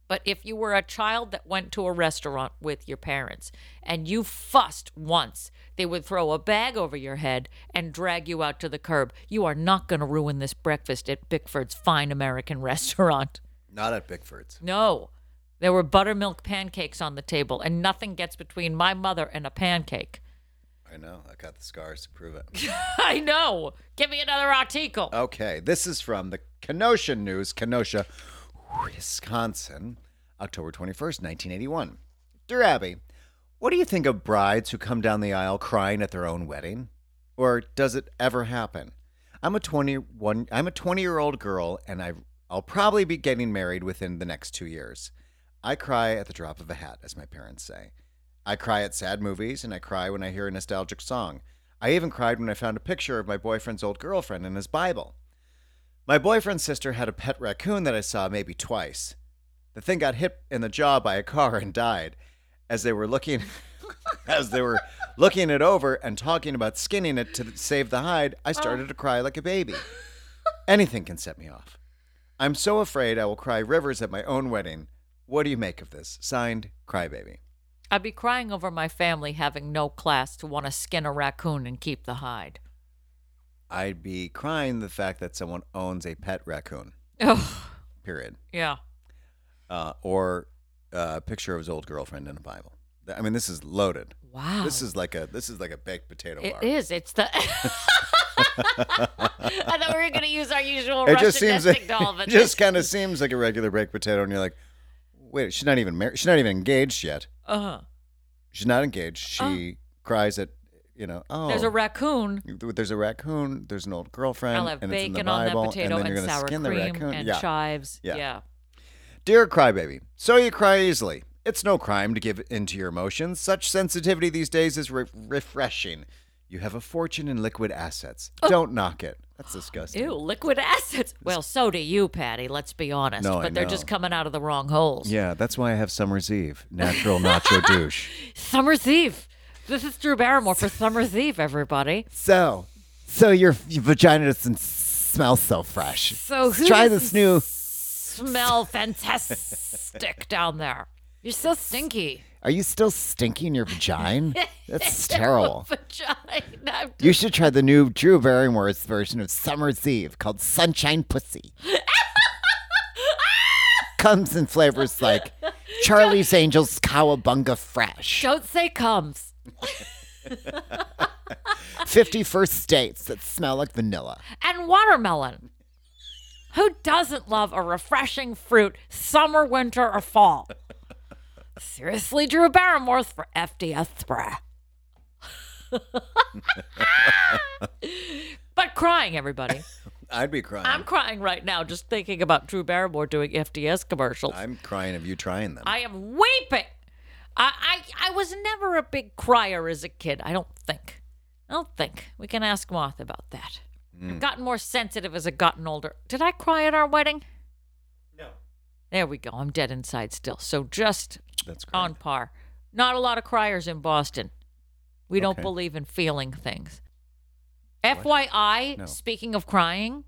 Speaker 3: but if you were a child that went to a restaurant with your parents and you fussed once they would throw a bag over your head and drag you out to the curb you are not going to ruin this breakfast at bickford's fine american restaurant
Speaker 5: Not at Bickford's.
Speaker 3: no. There were buttermilk pancakes on the table, and nothing gets between my mother and a pancake.
Speaker 5: I know. I got the scars to prove it.
Speaker 3: I know. Give me another article.
Speaker 5: Okay, this is from the Kenosha News, Kenosha, Wisconsin, October 21st, 1981. Dear Abby, what do you think of brides who come down the aisle crying at their own wedding? Or does it ever happen? I'm a 21 I'm a 20-year-old girl and I I'll probably be getting married within the next 2 years. I cry at the drop of a hat, as my parents say. I cry at sad movies and I cry when I hear a nostalgic song. I even cried when I found a picture of my boyfriend's old girlfriend in his Bible. My boyfriend's sister had a pet raccoon that I saw maybe twice. The thing got hit in the jaw by a car and died. As they were looking as they were looking it over and talking about skinning it to save the hide, I started to cry like a baby. Anything can set me off. I'm so afraid I will cry rivers at my own wedding. What do you make of this? Signed, Crybaby.
Speaker 3: I'd be crying over my family having no class to want to skin a raccoon and keep the hide.
Speaker 5: I'd be crying the fact that someone owns a pet raccoon.
Speaker 3: Ugh.
Speaker 5: Period.
Speaker 3: Yeah.
Speaker 5: Uh, or uh, a picture of his old girlfriend in a Bible. Th- I mean, this is loaded.
Speaker 3: Wow.
Speaker 5: This is like a this is like a baked potato
Speaker 3: It
Speaker 5: bar.
Speaker 3: is. It's the. I thought we were going to use our usual
Speaker 5: It
Speaker 3: Russian
Speaker 5: just seems
Speaker 3: nesting
Speaker 5: like,
Speaker 3: doll, but
Speaker 5: it just kind of seems like a regular baked potato, and you're like, wait, she's
Speaker 3: Uh-huh.
Speaker 5: not even married. She's not even engaged yet.
Speaker 3: Uh huh.
Speaker 5: She's not engaged. She cries at you know, oh,
Speaker 3: There's a raccoon.
Speaker 5: there's a raccoon. There's an old girlfriend.
Speaker 3: I'll have
Speaker 5: and it's in the
Speaker 3: bacon on that
Speaker 5: Bible,
Speaker 3: potato
Speaker 5: and, then
Speaker 3: and,
Speaker 5: you're gonna
Speaker 3: sour
Speaker 5: skin the
Speaker 3: cream
Speaker 5: raccoon.
Speaker 3: and
Speaker 5: yeah.
Speaker 3: chives.
Speaker 5: Yeah.
Speaker 3: yeah.
Speaker 5: Dear crybaby, so you cry easily. It's no crime to give in to your emotions. Such sensitivity these days is re- refreshing. You have a fortune in liquid assets. Don't knock it. That's disgusting.
Speaker 3: Ew, liquid assets. Well, so do you, Patty. Let's be honest.
Speaker 5: No, I
Speaker 3: but they're
Speaker 5: know.
Speaker 3: just coming out of the wrong holes.
Speaker 5: Yeah, that's why I have Summer's Eve, natural nacho douche.
Speaker 3: Summer's Eve. This is Drew Barrymore for Summer's Eve, everybody.
Speaker 5: So, so your, your vagina doesn't smells so fresh.
Speaker 3: So who
Speaker 5: try
Speaker 3: doesn't
Speaker 5: this new.
Speaker 3: Smell fantastic down there. You're so stinky.
Speaker 5: Are you still stinking your vagina? That's terrible.
Speaker 3: Vagina.
Speaker 5: You should try the new Drew Barrymore's version of Summer's Eve called Sunshine Pussy. Comes in flavors like Charlie's Angels Cowabunga Fresh,
Speaker 3: Don't say comes.
Speaker 5: 51st Dates that smell like vanilla.
Speaker 3: And watermelon. Who doesn't love a refreshing fruit, summer, winter, or fall? Seriously, Drew Barrymore's for FDS Spray. but crying, everybody.
Speaker 5: I'd be crying.
Speaker 3: I'm crying right now just thinking about Drew Barrymore doing FDS commercials.
Speaker 5: I'm crying of you trying them.
Speaker 3: I am weeping. I, I I was never a big crier as a kid. I don't think. I don't think we can ask Moth about that. I've Mm. gotten more sensitive as I've gotten older. Did I cry at our wedding? No. There we go. I'm dead inside still. So just
Speaker 5: That's great.
Speaker 3: on par. Not a lot of criers in Boston. We don't
Speaker 5: Okay.
Speaker 3: believe in feeling things. FYI,
Speaker 5: No.
Speaker 3: speaking of crying,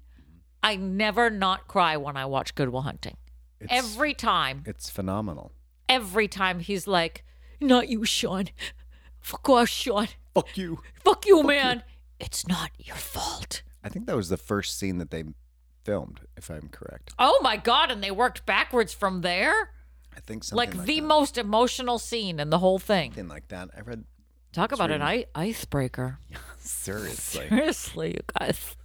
Speaker 3: I never not cry when I watch Goodwill Hunting.
Speaker 5: It's-
Speaker 3: Every time
Speaker 5: It's phenomenal.
Speaker 3: every time he's like, "Not you, Sean. Fuck off, Sean.
Speaker 5: Fuck you.
Speaker 3: Fuck you, man. It's not your fault."
Speaker 5: I think that was the first scene that they filmed, if I'm correct.
Speaker 3: Oh my god! And they worked backwards from there,
Speaker 5: I think something
Speaker 3: like,
Speaker 5: like,
Speaker 3: the
Speaker 5: that.
Speaker 3: most emotional scene in the whole thing.
Speaker 5: something like that. I read
Speaker 3: Talk about an I- icebreaker.
Speaker 5: seriously.
Speaker 3: Seriously, you guys.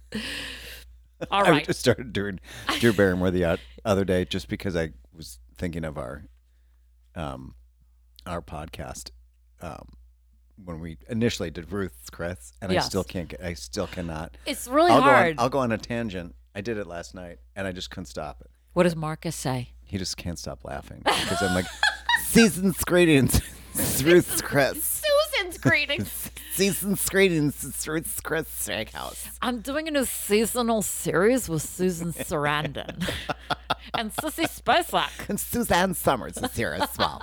Speaker 3: All
Speaker 5: I
Speaker 3: right.
Speaker 5: just started doing Drew Barrymore the o- other day just because I was thinking of our um our podcast um when we initially did Ruth's Chris and I
Speaker 3: Yes.
Speaker 5: still can't get I still cannot
Speaker 3: It's really
Speaker 5: I'll
Speaker 3: hard.
Speaker 5: go on, I'll go on a tangent. I did it last night and I just couldn't stop it.
Speaker 3: what does Marcus say?
Speaker 5: He just can't stop laughing because I'm like season's greetings it's Ruth's Chris.
Speaker 3: Susan's greetings.
Speaker 5: Season's greetings it's Ruth's Chris Steakhouse.
Speaker 3: I'm doing a new seasonal series with Susan Sarandon and Sissy Spacek.
Speaker 5: And Suzanne Summers is here as well.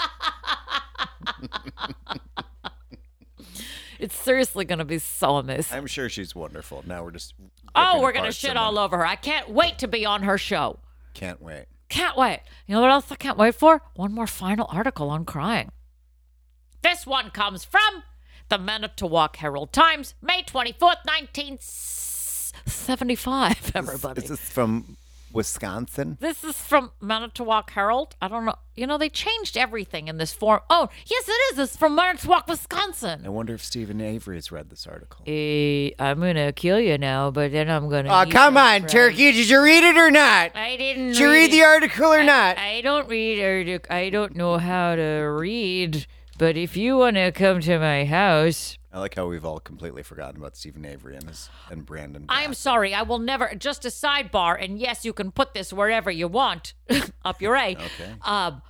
Speaker 3: It's seriously going to be so amazing.
Speaker 5: I'm sure she's wonderful. Now we're just
Speaker 3: Oh, we're gonna shit all over her. I can't wait to be on her show.
Speaker 5: Can't wait.
Speaker 3: Can't wait. You know what else I can't wait for? One more final article on crying. This one comes from the Manitowoc Herald Times, May 24th, 1975, everybody.
Speaker 5: Is this from Wisconsin?
Speaker 3: This is from Manitowoc Herald. I don't know. You know, they changed everything in this form. Oh, yes, it is. It's from Manitowoc, Wisconsin.
Speaker 5: I wonder if Stephen Avery has read this article.
Speaker 3: Eh, I'm going to kill you now, but then I'm going to.
Speaker 5: Oh, come on, Turkey. Did you read it or not?
Speaker 3: I didn't
Speaker 5: Did you read
Speaker 3: it.
Speaker 5: the article or not?
Speaker 3: I don't read or do, I don't know how to read, but if you want to come to my house,
Speaker 5: I like how we've all completely forgotten about Stephen Avery and his and Brandon.
Speaker 3: I am sorry, I will never. Just a sidebar, and yes, you can put this wherever you want, up your a.
Speaker 5: Okay.
Speaker 3: Um,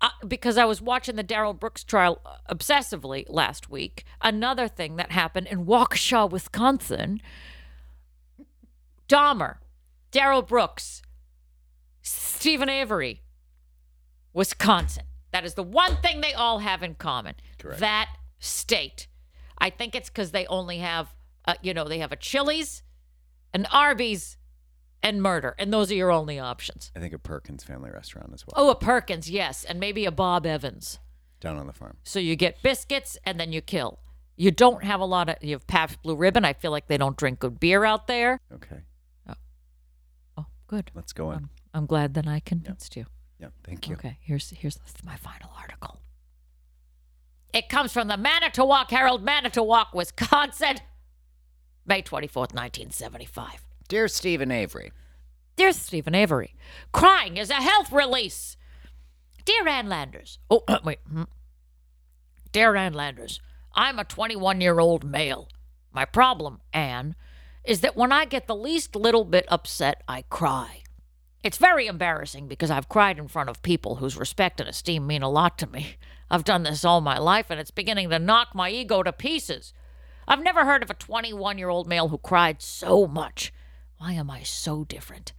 Speaker 3: I, because I was watching the Daryl Brooks trial uh, obsessively last week. Another thing that happened in Waukesha, Wisconsin. Dahmer, Daryl Brooks, Stephen Avery, Wisconsin. That is the one thing they all have in common.
Speaker 5: Correct.
Speaker 3: That state. I think it's because they only have, uh, you know, they have a Chili's, an Arby's, and murder. And those are your only options.
Speaker 5: I think a Perkins family restaurant as well.
Speaker 3: Oh, a Perkins, yes. And maybe a Bob Evans.
Speaker 5: Down on the farm.
Speaker 3: So you get biscuits and then you kill. You don't have a lot of, you have Pabst Blue Ribbon. I feel like they don't drink good beer out there.
Speaker 5: Okay.
Speaker 3: Oh, good.
Speaker 5: Let's go on.
Speaker 3: I'm, I'm glad that I convinced you.
Speaker 5: Yeah. Thank you.
Speaker 3: Okay, here's here's my final article. It comes from the Manitowoc Herald, Manitowoc, Wisconsin, May 24th, 1975.
Speaker 5: Dear Stephen Avery.
Speaker 3: Dear Stephen Avery, crying is a health release. Dear Ann Landers, oh, wait. hmm. Dear Ann Landers, I'm a 21 year old male. My problem, Anne, is that when I get the least little bit upset, I cry. It's very embarrassing because I've cried in front of people whose respect and esteem mean a lot to me. I've done this all my life and it's beginning to knock my ego to pieces. I've never heard of a 21 year old male who cried so much. Why am I so different?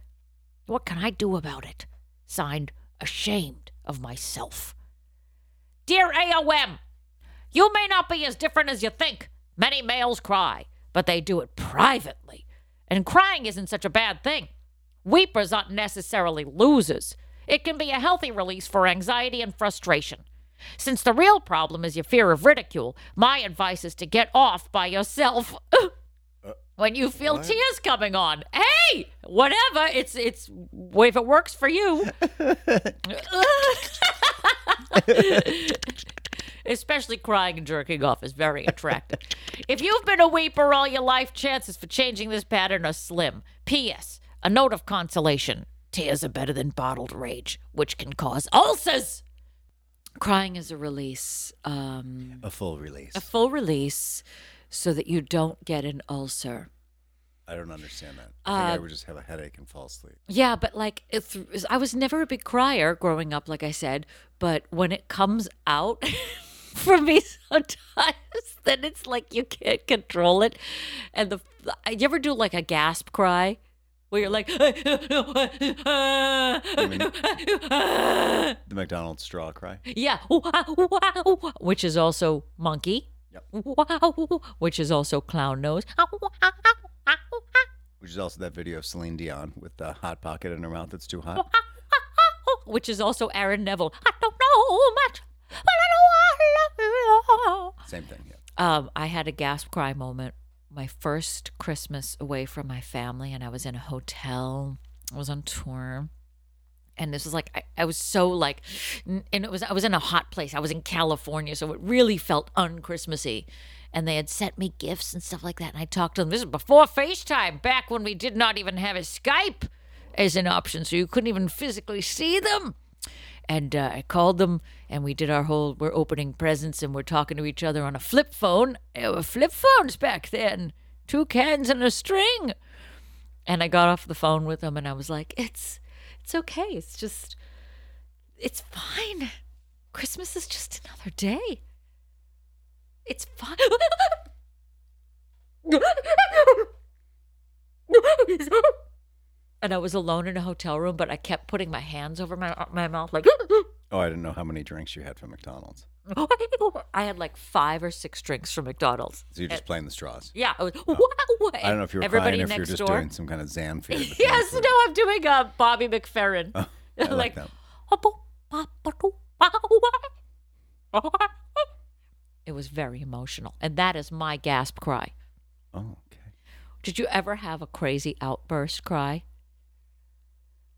Speaker 3: What can I do about it? Signed, Ashamed of Myself. Dear AOM, you may not be as different as you think. Many males cry, but they do it privately. And crying isn't such a bad thing. Weepers aren't necessarily losers. It can be a healthy release for anxiety and frustration. Since the real problem is your fear of ridicule, my advice is to get off by yourself. when you feel tears coming on, hey, whatever, it's it's if it works for you. especially crying and jerking off is very attractive. if you've been a weeper all your life, chances for changing this pattern are slim. P.S. A note of consolation tears are better than bottled rage, which can cause ulcers. Crying is a release, um,
Speaker 5: A full release.
Speaker 3: a full release, so that you don't get an ulcer.
Speaker 5: I don't understand that. I
Speaker 3: Uh,
Speaker 5: think I would just have a headache and fall asleep.
Speaker 3: Yeah, but like it th- I was never a big crier growing up, like I said. But when it comes out for me sometimes, then it's like you can't control it. And the you ever do like a gasp cry where you're like,
Speaker 5: The McDonald's straw cry.
Speaker 3: yeah, wow, wow, which is also monkey.
Speaker 5: Yep.
Speaker 3: Wow, which is also clown nose.
Speaker 5: Which is also that video of Celine Dion with the hot pocket in her mouth that's too hot.
Speaker 3: which is also Aaron Neville. I don't know much, but I know I love
Speaker 5: Same thing. Yeah.
Speaker 3: you. Um, I had a gasp cry moment my first Christmas away from my family, and I was in a hotel. I was on tour. And this was like I, I was so like, n- and it was I was in a hot place. I was in California, so it really felt un-Christmassy. And they had sent me gifts and stuff like that. And I talked to them. This is before FaceTime, back when we did not even have a Skype as an option, so you couldn't even physically see them and uh, I called them, and we did our whole we're opening presents and we're talking to each other on a flip phone. There were flip phones back then, two cans and a string. And I got off the phone with them, and I was like, "It's, it's okay. It's just, it's fine. Christmas is just another day. It's fine." And I was alone in a hotel room, but I kept putting my hands over my my mouth, like
Speaker 5: Oh, I didn't know how many drinks you had from McDonald's.
Speaker 3: I had like five or six drinks from McDonald's.
Speaker 5: So you're just playing the straws.
Speaker 3: Yeah, I was.
Speaker 5: Oh. I don't know if you were
Speaker 3: everybody
Speaker 5: crying or if
Speaker 3: next
Speaker 5: you're just
Speaker 3: door.
Speaker 5: doing some kind of Zanfear. but
Speaker 3: yes,
Speaker 5: Zanfear-
Speaker 3: no, I'm doing uh, Bobby McFerrin.
Speaker 5: Oh, I like, that.
Speaker 3: It was very emotional, and that is my gasp cry.
Speaker 5: Oh, okay.
Speaker 3: Did you ever have a crazy outburst cry?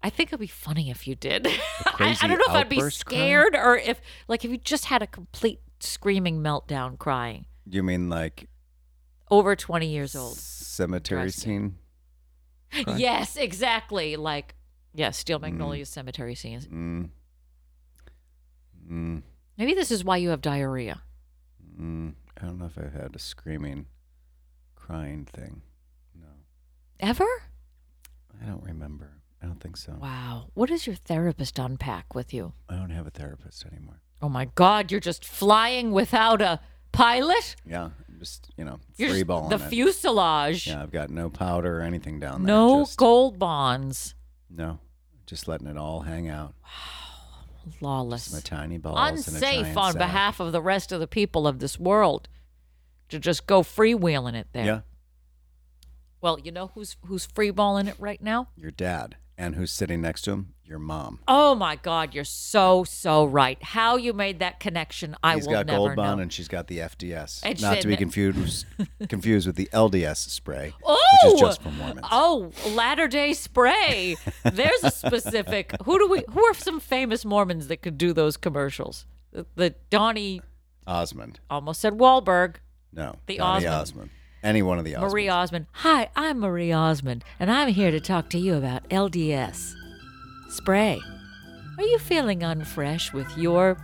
Speaker 3: I think it'd be funny if you did. I, I
Speaker 5: crazy
Speaker 3: don't know if I'd be
Speaker 5: outburst cry?
Speaker 3: scared or if, like, if you just had a complete screaming meltdown crying
Speaker 5: You mean like
Speaker 3: over 20 years old.
Speaker 5: cemetery
Speaker 3: Drastic.
Speaker 5: scene? cry?
Speaker 3: Yes, exactly. Like, yeah, Steel Magnolia Cemetery scenes.
Speaker 5: Mm. Mm.
Speaker 3: Maybe this is why you have diarrhea.
Speaker 5: Mm. I don't know if I've had a screaming, crying thing. No,
Speaker 3: Ever?
Speaker 5: I don't remember. I don't think so.
Speaker 3: Wow. What does your therapist unpack with you?
Speaker 5: I don't have a therapist anymore.
Speaker 3: Oh my God, you're just flying without a pilot?
Speaker 5: Yeah, I'm just you know,
Speaker 3: You're
Speaker 5: free
Speaker 3: just
Speaker 5: balling
Speaker 3: the
Speaker 5: it.
Speaker 3: fuselage.
Speaker 5: Yeah, I've got no powder or anything down there.
Speaker 3: No
Speaker 5: just,
Speaker 3: gold bonds.
Speaker 5: No, just letting it all hang out. Some
Speaker 3: Lawless.
Speaker 5: tiny balls. and a
Speaker 3: Unsafe
Speaker 5: giant
Speaker 3: on
Speaker 5: sack.
Speaker 3: behalf of the rest of the people of this world to just go freewheeling it there.
Speaker 5: Yeah,
Speaker 3: Well, you know who's who's freeballing it right now?
Speaker 5: your dad, and who's sitting next to him? Your mom.
Speaker 3: Oh my God, you're so so right. How you made that connection, I
Speaker 5: He's
Speaker 3: will
Speaker 5: got
Speaker 3: never
Speaker 5: gold bond
Speaker 3: know.
Speaker 5: and she's got the FDS.
Speaker 3: And
Speaker 5: Not
Speaker 3: she-
Speaker 5: to be confused confused with the LDS spray,
Speaker 3: Oh,
Speaker 5: which is just for Mormons.
Speaker 3: oh, Latter Day Spray. There's a specific. Who do we? Who are some famous Mormons that could do those commercials? The, the Donnie
Speaker 5: Osmond.
Speaker 3: almost said Wahlberg.
Speaker 5: No.
Speaker 3: The
Speaker 5: Donny
Speaker 3: Osmond.
Speaker 5: Osmond. Any one of the Osmonds.
Speaker 3: Marie Osmond. Hi, I'm Marie Osmond, and I'm here to talk to you about LDS. Spray. Are you feeling unfresh with your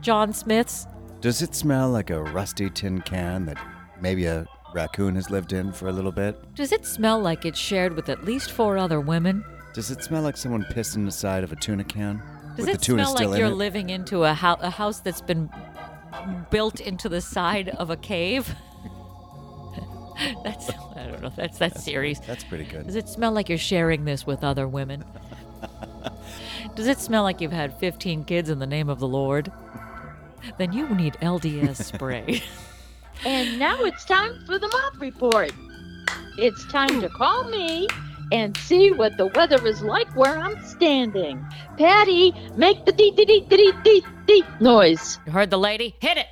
Speaker 3: John Smith's
Speaker 5: Does it smell like a rusty tin can that maybe a raccoon has lived in for a little bit?
Speaker 3: Does it smell like it's shared with at least four other women?
Speaker 5: Does it smell like someone pissed in the side of a tuna can?
Speaker 3: Does
Speaker 5: with the
Speaker 3: it
Speaker 5: tuna
Speaker 3: smell
Speaker 5: still
Speaker 3: like
Speaker 5: in
Speaker 3: you're
Speaker 5: it?
Speaker 3: living into a, hou- a house that's been built into the side of a cave? that's I don't know. That's that series.
Speaker 5: That's pretty good.
Speaker 3: Does it smell like you're sharing this with other women? Does it smell like you've had 15 kids in the name of the Lord? Then you need LDS spray.
Speaker 6: And now it's time for the mop report. It's time to call me and see what the weather is like where I'm standing. Patty, make the dee dee dee dee dee dee noise.
Speaker 3: you heard the lady? Hit it!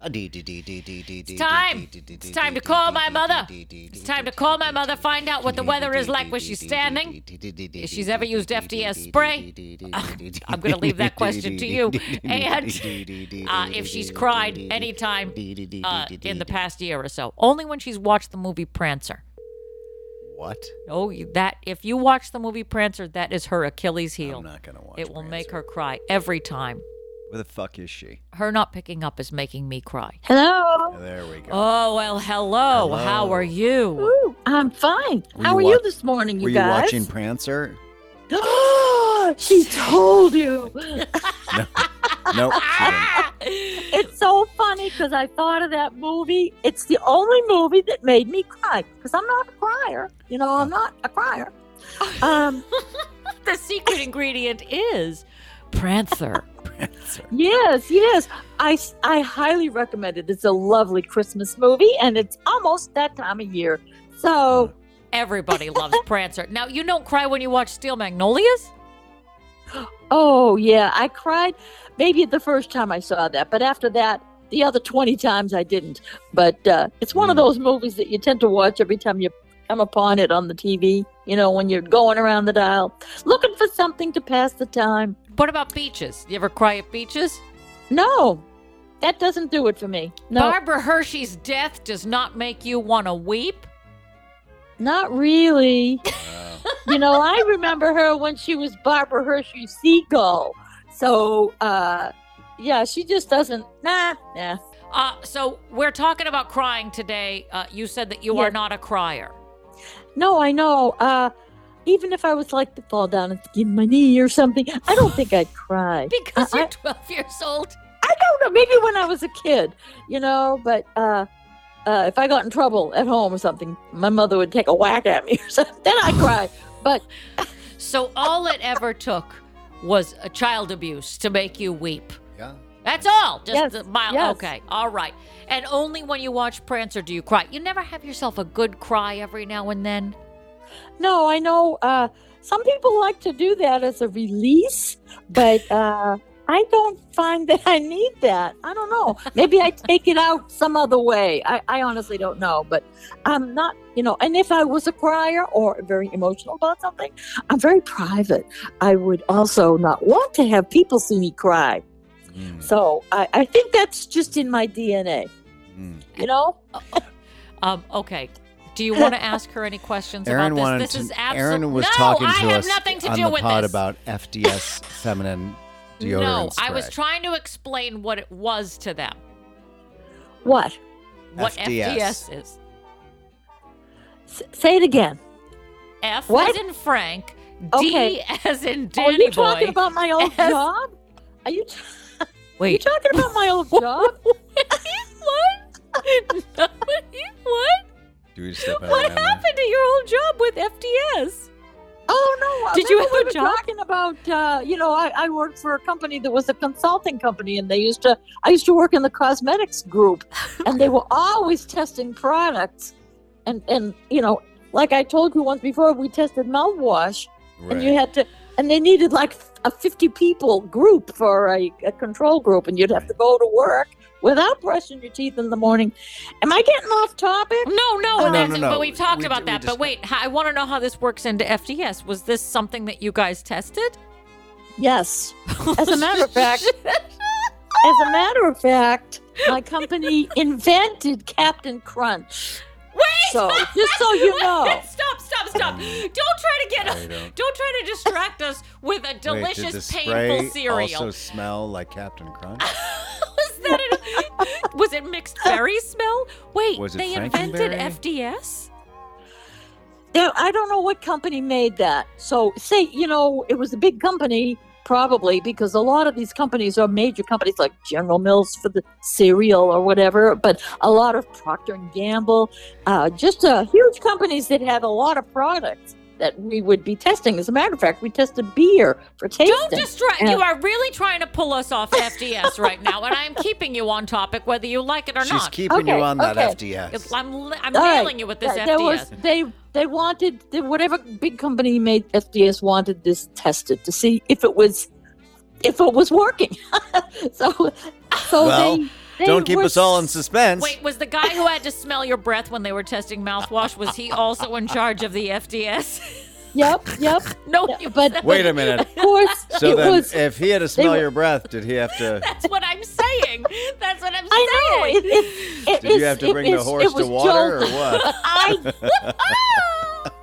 Speaker 5: It's
Speaker 3: It's time. It's time to call my mother. It's time to call my mother, find out what the weather is like where she's standing. If she's ever used FDS spray, I'm going to leave that question to you. And uh, if she's cried anytime uh, in the past year or so, only when she's watched the movie Prancer.
Speaker 5: What?
Speaker 3: Oh, you- that if you watch the movie Prancer, that is her Achilles heel.
Speaker 5: I'm not gonna watch.
Speaker 3: it will make
Speaker 5: Prancer.
Speaker 3: her cry every time.
Speaker 5: Where the fuck is she?
Speaker 3: Her not picking up is making me cry.
Speaker 6: Hello.
Speaker 5: There we go.
Speaker 3: Oh well, hello. How
Speaker 5: Hello.
Speaker 3: are you?
Speaker 6: Ooh, I'm fine.
Speaker 5: Were
Speaker 6: How
Speaker 5: you
Speaker 6: are
Speaker 5: wa-
Speaker 6: you this morning, you
Speaker 5: Were you
Speaker 6: guys?
Speaker 5: watching Prancer?
Speaker 6: she told you.
Speaker 5: Nope. she didn't.
Speaker 6: It's so funny because I thought of that movie. It's the only movie that made me cry because I'm not a crier. You know, I'm not a crier. Um,
Speaker 3: the secret ingredient is Prancer.
Speaker 6: yes, yes. I, s- I highly recommend it. It's a lovely Christmas movie and it's almost that time of year. So,
Speaker 3: Everybody loves Prancer. Now you don't cry when you watch Steel Magnolias.
Speaker 6: oh, yeah, I cried maybe the first time I saw that, but after that, the other 20 times I didn't. But uh, it's one of
Speaker 5: Mm.
Speaker 6: those movies that you tend to watch every time you come upon it on the TV, you know, when you're going around the dial looking for something to pass the time.
Speaker 3: What about Beaches? You ever cry at Beaches?
Speaker 6: No, that doesn't do it for me. No,
Speaker 3: Barbara Hershey's death does not make you want to weep.
Speaker 6: not really. you know, I remember her when she was Barbara Hershey Seagull. So, uh, yeah, she just doesn't. Nah, nah.
Speaker 3: Uh, so we're talking about crying today. Uh, you said that you
Speaker 6: Yes.
Speaker 3: are not a crier.
Speaker 6: No, I know. Uh, even if I was like to fall down and skin my knee or something, I don't think I'd cry.
Speaker 3: Because
Speaker 6: I-
Speaker 3: you're
Speaker 6: Uh, I-
Speaker 3: 12 years old.
Speaker 6: I don't know. Maybe when I was a kid, you know. But uh, uh, if I got in trouble at home or something, my mother would take a whack at me or something. Then I cry. But
Speaker 3: So all it ever took was a child abuse to make you weep.
Speaker 5: Yeah.
Speaker 3: That's all. Just
Speaker 6: Yes,
Speaker 3: the mile.
Speaker 6: yes.
Speaker 3: Okay. All right. And only when you watch Prancer do you cry. You never have yourself a good cry every now and then.
Speaker 6: No, I know uh, some people like to do that as a release, but uh, I don't find that I need that. I don't know. Maybe I take it out some other way. I, I honestly don't know, but I'm not, you know, and if I was a crier or very emotional about something, I'm very private. I would also not want to have people see me cry.
Speaker 5: Mm,
Speaker 6: So I, I think that's just in my DNA,
Speaker 5: mm.
Speaker 6: you know?
Speaker 3: Uh, Um, okay. Do you want to ask her any questions
Speaker 5: Aaron
Speaker 3: about
Speaker 5: wanted
Speaker 3: this?
Speaker 5: to.
Speaker 3: This is absolutely
Speaker 5: Aaron was
Speaker 3: no,
Speaker 5: talking to
Speaker 3: I have
Speaker 5: us
Speaker 3: nothing to
Speaker 5: on
Speaker 3: do
Speaker 5: the
Speaker 3: with
Speaker 5: pod
Speaker 3: this.
Speaker 5: about FDS feminine deodorant
Speaker 3: no, I was
Speaker 5: spray.
Speaker 3: trying to explain what it was to them.
Speaker 6: What?
Speaker 3: What
Speaker 5: FDS.
Speaker 3: FDS is.
Speaker 6: S- say it again.
Speaker 3: F
Speaker 6: What?
Speaker 3: as in Frank, D
Speaker 6: Okay.
Speaker 3: as in
Speaker 6: Are
Speaker 3: Danny
Speaker 6: you talking
Speaker 3: Boy.
Speaker 6: about my old
Speaker 3: Yes.
Speaker 6: job? Are you? Are you
Speaker 3: Wait,
Speaker 6: talking about my old job?
Speaker 3: what? No, what?
Speaker 5: Do we step out
Speaker 3: What
Speaker 5: of that one?
Speaker 3: happened to your old job with FDS?
Speaker 6: Oh no! I
Speaker 3: Did you
Speaker 6: remember
Speaker 3: have a
Speaker 6: we were
Speaker 3: job?
Speaker 6: Talking about, uh, you know, I, I worked for a company that was a consulting company, and they used to. I used to work in the cosmetics group, and they were always testing products, and and you know, like I told you once before, we tested mouthwash, and you
Speaker 5: Right.
Speaker 6: had to, and they needed like a fifty people group for a, a control group, and you'd have to go to work without brushing your teeth in the morning. Am I getting off topic?
Speaker 3: No, no,
Speaker 5: no,
Speaker 3: that's,
Speaker 5: no, no.
Speaker 3: but we've talked
Speaker 5: We-
Speaker 3: about
Speaker 5: we
Speaker 3: that. but
Speaker 5: discussed-
Speaker 3: wait, I want to know how this works into FDS. Was this something that you guys tested?
Speaker 6: Yes. As a matter of fact, as a matter of fact, my company invented Captain Crunch.
Speaker 3: Wait!
Speaker 6: So, just so you
Speaker 3: Wait,
Speaker 6: know.
Speaker 3: Stop, stop, stop. Don't try to get
Speaker 5: I don't-
Speaker 3: don't try to distract us with a
Speaker 5: Wait, did the
Speaker 3: delicious,
Speaker 5: spray
Speaker 3: painful cereal.
Speaker 5: also smell like Captain Crunch?
Speaker 3: was not at all. Was it mixed berry smell? Wait,
Speaker 5: Was it
Speaker 3: they invented
Speaker 5: Frankenberry?
Speaker 3: FDS?
Speaker 6: Yeah, I don't know what company made that. So say, you know, it was a big company probably because a lot of these companies are major companies like General Mills for the cereal or whatever, but a lot of Procter and Gamble, uh, just uh, huge companies that had a lot of products that we would be testing. As a matter of fact, we tested beer for tasting.
Speaker 3: Don't distract. You are really trying to pull us off FDS right now, and I am keeping you on topic, whether you like it or
Speaker 5: She's
Speaker 3: not.
Speaker 5: keeping you
Speaker 6: Okay,
Speaker 5: on that
Speaker 6: okay.
Speaker 5: FDS.
Speaker 3: I'm I'm
Speaker 6: All right.
Speaker 3: nailing you with this
Speaker 6: Th-
Speaker 3: FDS.
Speaker 6: there was- they they wanted they, whatever big company made FDS wanted this tested to see if it was if it was working. so so
Speaker 5: Well,
Speaker 6: they, they
Speaker 5: Don't keep
Speaker 6: were
Speaker 5: us all in suspense.
Speaker 3: Wait, was the guy who had to smell your breath when they were testing mouthwash? Was he also in charge of the FDS?
Speaker 6: Yep, yep.
Speaker 3: no,
Speaker 6: Yeah,
Speaker 3: you-
Speaker 6: but-
Speaker 5: Wait a minute.
Speaker 6: Of course,
Speaker 5: So
Speaker 6: it
Speaker 5: then,
Speaker 6: was.
Speaker 5: if he had to smell
Speaker 6: were-
Speaker 5: your breath, did he have to?
Speaker 3: that's what I'm saying. That's what I'm saying.
Speaker 6: I know. It, it, it
Speaker 5: Did
Speaker 6: is-
Speaker 5: you have to
Speaker 6: it
Speaker 5: bring the
Speaker 6: is-
Speaker 5: horse
Speaker 6: it
Speaker 5: to
Speaker 6: was
Speaker 5: water
Speaker 6: jolting.
Speaker 5: or what?
Speaker 6: I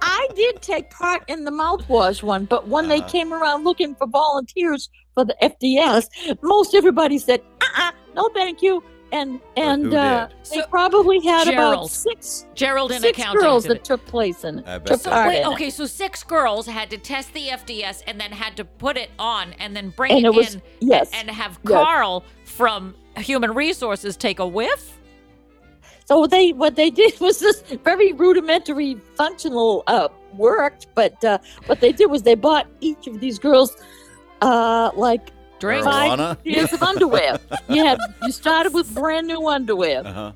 Speaker 6: I did take part in the mouthwash one, but when they
Speaker 5: Uh-huh.
Speaker 6: came around looking for volunteers for the FDS, most everybody said, "Uh, uh no, thank you." And and
Speaker 5: who
Speaker 6: uh,
Speaker 5: did?
Speaker 6: they
Speaker 3: So-
Speaker 6: probably had
Speaker 3: Gerald.
Speaker 6: about six
Speaker 3: Gerald in
Speaker 6: six
Speaker 3: accounting.
Speaker 6: girls
Speaker 3: did it.
Speaker 6: that took place in it.
Speaker 5: I bet
Speaker 6: took
Speaker 5: so.
Speaker 6: part
Speaker 3: Wait,
Speaker 6: in it.
Speaker 3: okay, so six girls had to test the FDS and then had to put it on and then bring
Speaker 6: And
Speaker 3: it,
Speaker 6: it was
Speaker 3: in
Speaker 6: yes.
Speaker 3: and have
Speaker 6: yes.
Speaker 3: Carl from Human Resources take a whiff.
Speaker 6: So they what they did was this very rudimentary functional uh, worked, but uh, what they did was they bought each of these girls uh, like
Speaker 3: Drink.
Speaker 6: Fine.
Speaker 5: Marijuana?
Speaker 6: pairs of underwear. You had you started with brand new underwear,
Speaker 5: Uh-huh.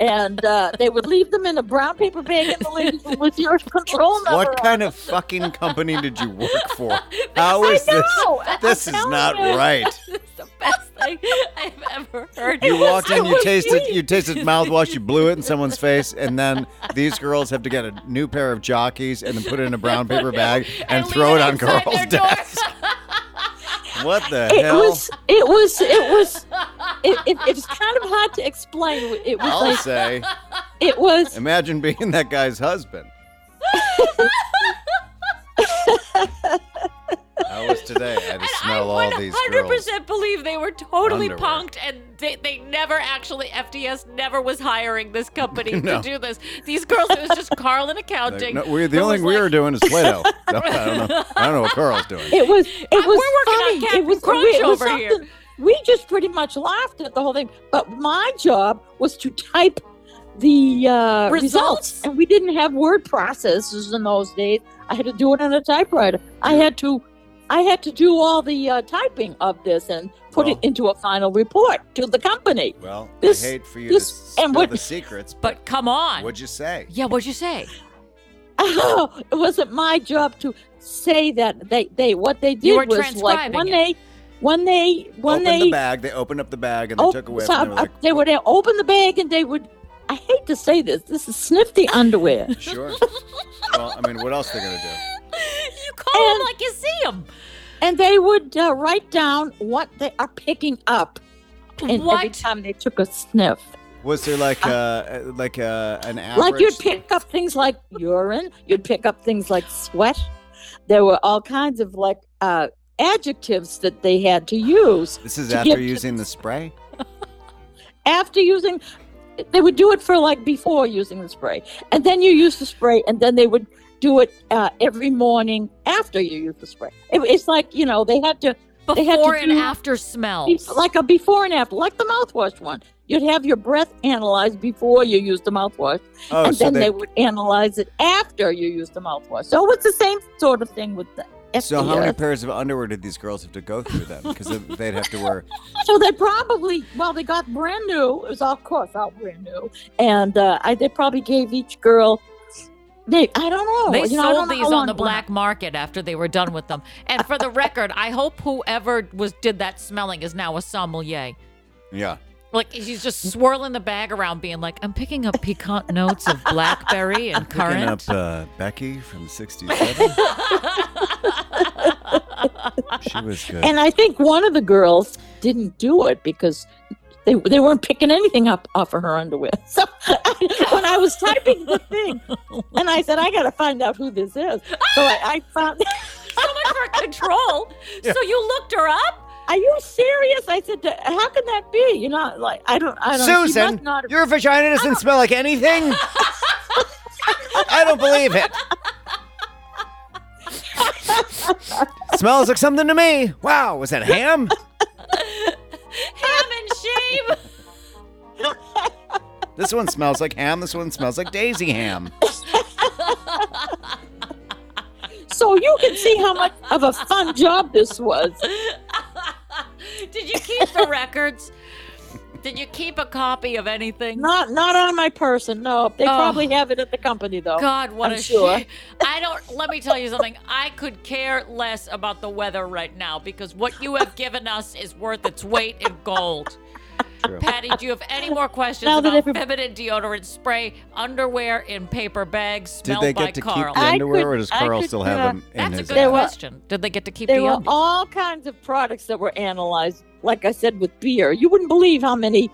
Speaker 6: and uh, they would leave them in a brown paper bag in the ladies' room with your control number.
Speaker 5: What
Speaker 6: on.
Speaker 5: kind of fucking company did you work for? How is this?
Speaker 6: No, I-
Speaker 5: This is
Speaker 6: I'm telling
Speaker 5: not
Speaker 6: you.
Speaker 5: right.
Speaker 3: It's the best thing I've ever heard.
Speaker 5: You walked in, you
Speaker 6: was
Speaker 5: tasted, you tasted mouthwash, you blew it in someone's face, and then these girls have to get a new pair of jockeys and then put it in a brown paper bag and,
Speaker 3: leave
Speaker 5: throw it on
Speaker 3: outside
Speaker 5: Carl's
Speaker 3: their door.
Speaker 5: desk. What the
Speaker 6: It
Speaker 5: hell?
Speaker 6: was. It was. It was. It, it, it was kind of hard to explain. It was
Speaker 5: I'll
Speaker 6: like
Speaker 5: say.
Speaker 6: it was.
Speaker 5: Imagine being that guy's husband. How was today? I just smell
Speaker 3: I
Speaker 5: all these girls.
Speaker 3: 100% believe they were totally
Speaker 5: Underwear.
Speaker 3: punked and they, they never actually, FDS never was hiring this company
Speaker 5: No.
Speaker 3: to do this. These girls, it was just Carl in accounting.
Speaker 5: No, we, the
Speaker 3: who
Speaker 5: only
Speaker 3: was
Speaker 5: thing we
Speaker 3: like-
Speaker 5: were doing is Play-Doh. No, I don't know. I don't know what Carl's doing.
Speaker 6: It was. It
Speaker 3: I'm-
Speaker 6: was
Speaker 3: we're working on
Speaker 6: funny.
Speaker 3: Captain
Speaker 6: it was,
Speaker 3: Crunch
Speaker 6: it was
Speaker 3: over here.
Speaker 6: something- We just pretty much laughed at the whole thing. But my job was to type the uh, results.
Speaker 3: Results?
Speaker 6: and we didn't have word processors in those days. I had to do it on a typewriter. I had to, I had to do all the uh, typing of this and put
Speaker 5: Well-
Speaker 6: it into a final report to the company.
Speaker 5: Well,
Speaker 6: This-
Speaker 5: I hate for you
Speaker 6: this-
Speaker 5: to
Speaker 6: and
Speaker 5: spill
Speaker 6: what-
Speaker 5: the secrets, but
Speaker 3: But come on.
Speaker 5: what'd you say?
Speaker 3: yeah, what'd you say?
Speaker 6: Oh, it wasn't my job to say that they, they what they did
Speaker 3: You were
Speaker 6: was like
Speaker 3: transcribing
Speaker 6: when
Speaker 3: it.
Speaker 6: they when they when
Speaker 5: Opened
Speaker 6: they
Speaker 5: the bag. They opened up the bag and they
Speaker 6: Oh,
Speaker 5: took away.
Speaker 6: so
Speaker 5: and they were
Speaker 6: I- I-
Speaker 5: like,
Speaker 6: they would open the bag and they would. I hate to say this. This is snifty underwear.
Speaker 5: sure. well, I mean, what else are they gonna
Speaker 3: You call them
Speaker 6: And-
Speaker 3: like you see them.
Speaker 6: and they would uh, write down what they are picking up. And every
Speaker 3: What?
Speaker 6: time they took a sniff,
Speaker 5: do? Was there like uh, like uh, an average?
Speaker 6: like you'd pick up things like urine, you'd pick up things like sweat. There were all kinds of like uh, adjectives that they had to use
Speaker 5: This is
Speaker 6: to
Speaker 5: after
Speaker 6: get-
Speaker 5: using the spray.
Speaker 6: after using. They would do it for like before using the spray, and then you use the spray, and then they would do it uh, every morning after you use the spray. It, it's like you know they had to They had to
Speaker 3: Before and
Speaker 6: do-
Speaker 3: after
Speaker 6: Be-
Speaker 3: smells.
Speaker 6: like a before and after, like the mouthwash one. You'd have your breath analyzed before you use the mouthwash,
Speaker 5: Oh,
Speaker 6: and
Speaker 5: so
Speaker 6: then
Speaker 5: they
Speaker 6: they would analyze it after you use the mouthwash. So it's the same sort of thing with the FDA.
Speaker 5: So how many pairs of underwear did these girls have to go through then? Because they'd have to wear.
Speaker 6: So they probably, well, they got brand new. It was, of course, all brand new, and uh, I, they probably gave each girl. They, I don't know.
Speaker 3: They
Speaker 6: oh, you know, I
Speaker 3: sold
Speaker 6: don't know how
Speaker 3: these on
Speaker 6: long
Speaker 3: the
Speaker 6: it went
Speaker 3: black market after they were done with them. And for the record, I hope whoever was did that smelling is now a sommelier.
Speaker 5: Yeah.
Speaker 3: Like he's
Speaker 6: Mm.
Speaker 3: just swirling the bag around, being like, "I'm picking up piquant notes of blackberry and
Speaker 5: Picking up
Speaker 3: currant."
Speaker 5: uh, Becky from '67. she was good.
Speaker 6: And I think one of the girls didn't do it because they, they weren't picking anything up off of her underwear. So when I was typing the thing, and I said, I got to find out who this is. So I, I found
Speaker 3: so much for control. So you looked her up.
Speaker 6: Are you serious? I said, "D- How can that be? You're not like, I don't, I don't, she must
Speaker 5: Susan,
Speaker 6: not have-
Speaker 5: your vagina doesn't smell like anything. I don't believe it. Smells like something to me. Wow, was that ham?
Speaker 3: Ham and shame.
Speaker 5: This one smells like ham. This one smells like daisy ham.
Speaker 6: so you can see how much of a fun job this was.
Speaker 3: Did you keep the records? Did you keep a copy of anything?
Speaker 6: Not, not on my person. No, they
Speaker 3: Oh.
Speaker 6: probably have it at the company though.
Speaker 3: God, what
Speaker 6: Oh, I'm
Speaker 3: a
Speaker 6: sure.
Speaker 3: shame. I don't let me tell you something. I could care less about the weather right now because what you have given us is worth its weight in gold.
Speaker 5: True.
Speaker 3: Patty, do you have any more questions
Speaker 6: Now that
Speaker 3: about
Speaker 6: every-
Speaker 3: feminine deodorant spray, underwear in paper bags
Speaker 5: Did
Speaker 3: smelled
Speaker 5: they
Speaker 3: by
Speaker 5: get to
Speaker 3: Carl?
Speaker 5: keep the
Speaker 6: I
Speaker 5: underwear,
Speaker 6: could-
Speaker 5: or does
Speaker 6: I
Speaker 5: Carl
Speaker 6: could,
Speaker 5: still
Speaker 6: uh,
Speaker 5: have them in
Speaker 3: That's a
Speaker 5: his?
Speaker 3: good
Speaker 6: There were-
Speaker 3: question. Did they get to keep
Speaker 6: There
Speaker 3: the
Speaker 6: were
Speaker 3: undies?
Speaker 6: all kinds of products that were analyzed. Like I said, with beer, you wouldn't believe how many.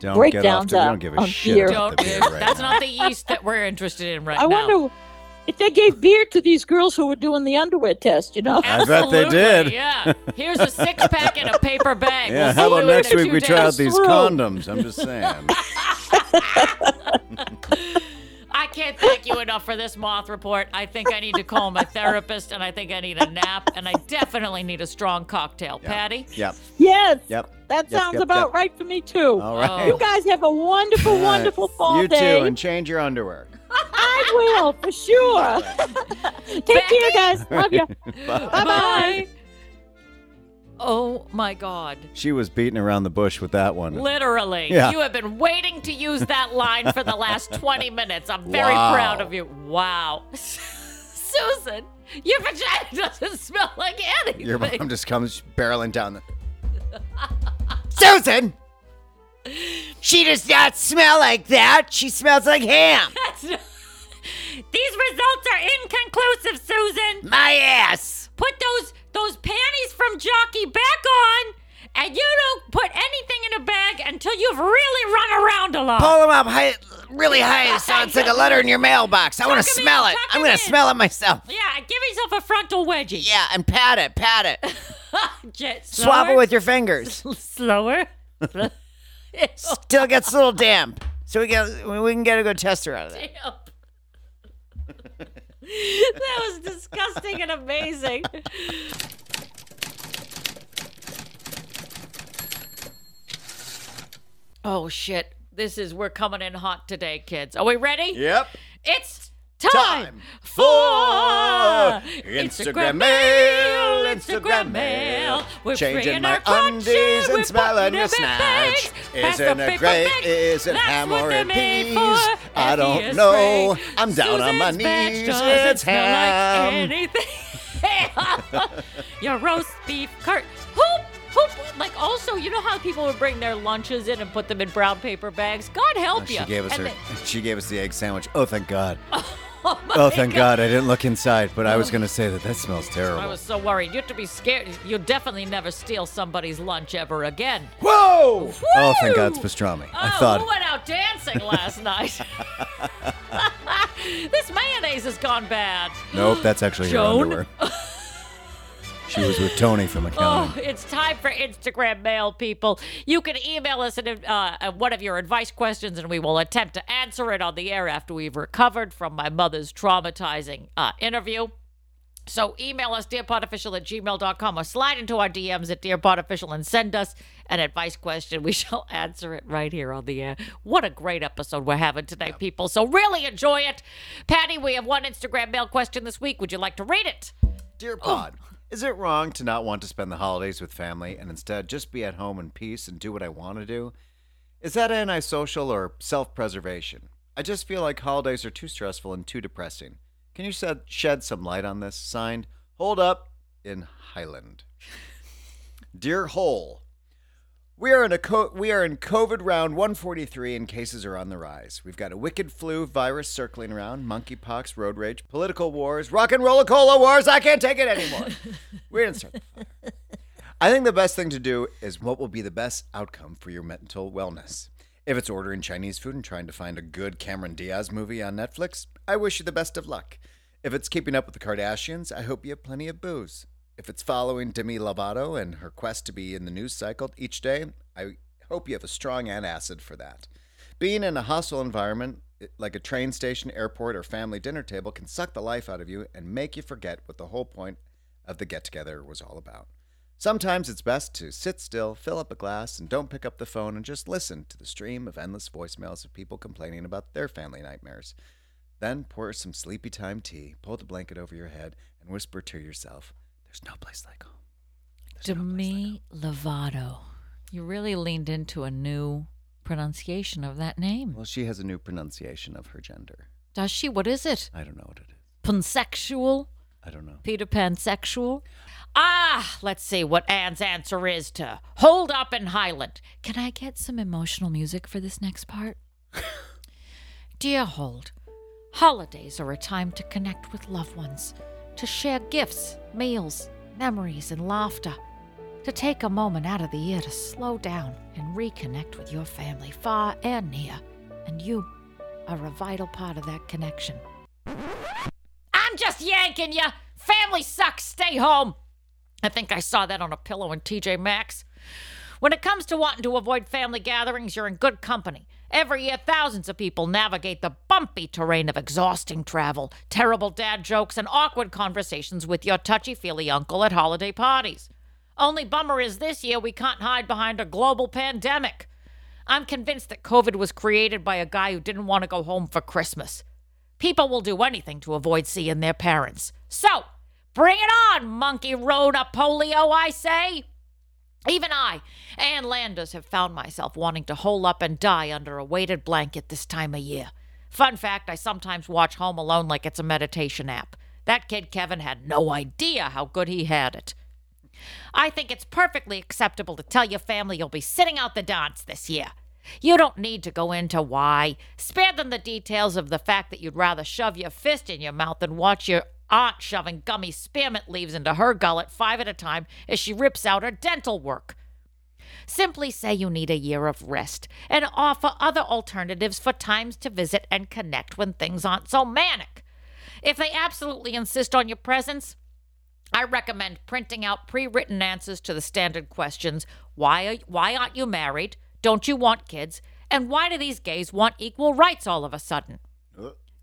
Speaker 5: don't get off.
Speaker 6: breakdowns
Speaker 5: To, we
Speaker 6: on-
Speaker 5: don't give a
Speaker 6: on
Speaker 5: shit
Speaker 6: beer.
Speaker 3: Don't,
Speaker 5: about the beer right
Speaker 3: that's
Speaker 5: now.
Speaker 3: not the yeast that we're interested in right
Speaker 6: I
Speaker 3: now.
Speaker 6: wonder if they gave beer to these girls who were doing the underwear test. You know,
Speaker 5: I bet they
Speaker 3: Absolutely,
Speaker 5: did.
Speaker 3: Yeah. Here's a six pack and a paper bag.
Speaker 5: Yeah,
Speaker 3: We'll
Speaker 5: how
Speaker 3: see
Speaker 5: about
Speaker 3: you in
Speaker 5: next
Speaker 3: a
Speaker 5: week we
Speaker 3: few
Speaker 5: try out
Speaker 3: days.
Speaker 5: these
Speaker 6: Through.
Speaker 5: condoms? I'm just saying.
Speaker 3: I can't thank you enough for this moth report. I think I need to call my therapist, and I think I need a nap, and I definitely need a strong cocktail.
Speaker 5: Yeah.
Speaker 3: Patty,
Speaker 5: Yep.
Speaker 6: yes,
Speaker 5: Yep.
Speaker 6: that
Speaker 5: Yep,
Speaker 6: sounds
Speaker 5: yep,
Speaker 6: about
Speaker 5: yep.
Speaker 6: right for me too.
Speaker 5: All
Speaker 3: Oh.
Speaker 5: right.
Speaker 6: You guys have a wonderful,
Speaker 5: All right.
Speaker 6: wonderful fall
Speaker 5: You
Speaker 6: day.
Speaker 5: too, and change your underwear.
Speaker 6: I will for sure. Take care, guys. Love you. Bye bye.
Speaker 3: Oh my God!
Speaker 5: She was beating around the bush with that one.
Speaker 3: Literally,
Speaker 5: Yeah.
Speaker 3: you have been waiting to use that line for the last 20 minutes. I'm very
Speaker 5: Wow.
Speaker 3: proud of you. Wow, Susan, your vagina doesn't smell like anything.
Speaker 5: Your mom just comes barreling down the. Susan! She does not smell like that. She smells like ham.
Speaker 3: That's not- These results are inconclusive, Susan.
Speaker 5: My ass.
Speaker 3: Put those those panties from Jockey back on, and you don't put anything in a bag until you've really run around a lot.
Speaker 5: Pull them up high, really high so it's like a letter in your mailbox. I want to
Speaker 3: 'em in,
Speaker 5: smell it.
Speaker 3: tuck
Speaker 5: I'm
Speaker 3: 'em
Speaker 5: going
Speaker 3: in.
Speaker 5: to smell it myself.
Speaker 3: Yeah, give yourself a frontal wedgie.
Speaker 5: Yeah, and pat it, pat it.
Speaker 3: Jet, slower,
Speaker 5: Swab it with your fingers.
Speaker 3: slower.
Speaker 5: Still gets a little damp. So we, get, we can get a good tester out of that.
Speaker 3: Yep. that was disgusting and amazing. oh shit. This is we're coming in hot today, kids. Are we ready?
Speaker 5: Yep.
Speaker 3: It's time,
Speaker 5: Time
Speaker 3: for
Speaker 5: Instagram mail, Instagram mail.
Speaker 3: We're
Speaker 5: Changing
Speaker 3: freeing
Speaker 5: my
Speaker 3: our crotches,
Speaker 5: undies
Speaker 3: we're
Speaker 5: and smelling
Speaker 3: putting them
Speaker 5: your
Speaker 3: in bags,
Speaker 5: snatch. Isn't
Speaker 3: past the
Speaker 5: it
Speaker 3: paper
Speaker 5: great?
Speaker 3: bags.
Speaker 5: Isn't
Speaker 3: That's
Speaker 5: ham
Speaker 3: what
Speaker 5: or
Speaker 3: they're
Speaker 5: in
Speaker 3: made
Speaker 5: peas?
Speaker 3: for.
Speaker 5: I
Speaker 3: And
Speaker 5: don't
Speaker 3: here's
Speaker 5: know.
Speaker 3: spring.
Speaker 5: I'm down on my
Speaker 3: Susan's batch
Speaker 5: knees.
Speaker 3: doesn't
Speaker 5: It's
Speaker 3: smell like
Speaker 5: ham.
Speaker 3: anything. your roast beef cart. Hoop, hoop. Like also, you know how people would bring their lunches in and put them in brown paper bags. God help you.
Speaker 5: Oh, She gave us
Speaker 3: And
Speaker 5: her.
Speaker 3: they-
Speaker 5: She gave us the egg sandwich. Oh, thank God.
Speaker 3: oh, my Oh.
Speaker 5: Oh, thank God. I didn't look inside, but I was gonna say that that smells
Speaker 3: I
Speaker 5: terrible.
Speaker 3: was so worried. You have to be scared. You'll definitely never steal somebody's lunch ever again.
Speaker 5: Whoa! Oh, thank God, it's
Speaker 3: Woo!
Speaker 5: pastrami.
Speaker 3: Oh,
Speaker 5: I
Speaker 3: who
Speaker 5: thought.
Speaker 3: went out dancing last night? this mayonnaise has gone bad.
Speaker 5: Nope, that's actually her
Speaker 3: Joan?
Speaker 5: underwear. She was with Tony from accounting.
Speaker 3: Oh, it's time for Instagram mail, people. You can email us an, uh, one of your advice questions, and we will attempt to answer it on the air after we've recovered from my mother's traumatizing uh, interview. So email us, dearpodofficial at gmail.com, or slide into our DMs at dearpodofficial and send us an advice question. We shall answer it right here on the air. What a great episode we're having today, people. So really enjoy it. Patty, we have one Instagram mail question this week. Would you like to read it?
Speaker 5: Dear Pod, is it wrong to not want to spend the holidays with family and instead just be at home in peace and do what I want to do? Is that antisocial or self preservation? I just feel like holidays are too stressful and too depressing. Can you shed, shed some light on this? Signed, Hold Up in Highland. Dear Hole, we are in a co- we are in COVID round 143 and cases are on the rise. We've got a wicked flu virus circling around, monkeypox, road rage, political wars, rock and roller cola wars. I can't take it anymore. We're gonna start the fire. I think the best thing to do is what will be the best outcome for your mental wellness. If it's ordering Chinese food and trying to find a good Cameron Diaz movie on Netflix, I wish you the best of luck. If it's keeping up with the Kardashians, I hope you have plenty of booze. If it's following Demi Lovato and her quest to be in the news cycle each day, I hope you have a strong antacid for that. Being in a hostile environment, i- like a train station, airport, or family dinner table, can suck the life out of you and make you forget what the whole point of the get together was all about. Sometimes it's best to sit still, fill up a glass, and don't pick up the phone and just listen to the stream of endless voicemails of people complaining about their family nightmares. Then pour some sleepy time tea, pull the blanket over your head, and whisper to yourself, There's no place like home.
Speaker 3: Demi Lovato. You really leaned into a new pronunciation of that name.
Speaker 5: Well, she has a new pronunciation of her gender.
Speaker 3: Does she? What is it?
Speaker 5: I don't know what it is.
Speaker 3: Pansexual?
Speaker 5: I don't know.
Speaker 3: Peter Pansexual? Ah, let's see what Anne's answer is to Hold Up in Highland. Can I get some emotional music for this next part? Dear Hold, holidays are a time to connect with loved ones, to share gifts, meals, memories, and laughter. To take a moment out of the year to slow down and reconnect with your family, far and near. And you are a vital part of that connection. I'm just yanking you. Family sucks. Stay home. I think I saw that on a pillow in TJ Maxx. When it comes to wanting to avoid family gatherings, you're in good company. Every year, thousands of people navigate the bumpy terrain of exhausting travel, terrible dad jokes, and awkward conversations with your touchy feely uncle at holiday parties. Only bummer is this year we can't hide behind a global pandemic. I'm convinced that COVID was created by a guy who didn't want to go home for Christmas. People will do anything to avoid seeing their parents. So, bring it on, monkey Rhoda polio, I say. Even I and Landers have found myself wanting to hole up and die under a weighted blanket this time of year. Fun fact I sometimes watch Home Alone like it's a meditation app. That kid Kevin had no idea how good he had it. I think it's perfectly acceptable to tell your family you'll be sitting out the dance this year. You don't need to go into why. Spare them the details of the fact that you'd rather shove your fist in your mouth than watch your aunt shoving gummy spearmint leaves into her gullet five at a time as she rips out her dental work. Simply say you need a year of rest and offer other alternatives for times to visit and connect when things aren't so manic. If they absolutely insist on your presence, I recommend printing out pre-written answers to the standard questions: Why are, why aren't you married? Don't you want kids? And why do these gays want equal rights all of a sudden?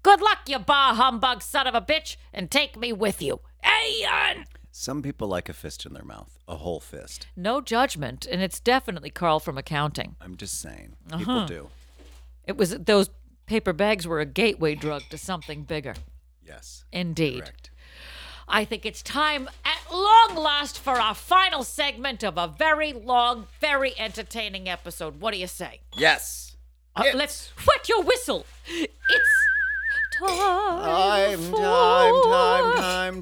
Speaker 3: Good luck, you bar humbug son of a bitch, and take me with you. Ayan!
Speaker 5: Some people like a fist in their mouth, a whole fist.
Speaker 3: No judgment, and it's definitely Carl from accounting.
Speaker 5: I'm just saying.
Speaker 3: Uh-huh.
Speaker 5: People do.
Speaker 3: It was those paper bags were a gateway drug to something bigger.
Speaker 5: Yes.
Speaker 3: Indeed.
Speaker 5: Correct.
Speaker 3: I think it's time at long last for our final segment of a very long, very entertaining episode. What do you say?
Speaker 5: Yes.
Speaker 3: Uh,
Speaker 5: Yes.
Speaker 3: let's wet your whistle. It's time.
Speaker 5: Time,
Speaker 3: for
Speaker 5: time, time, time,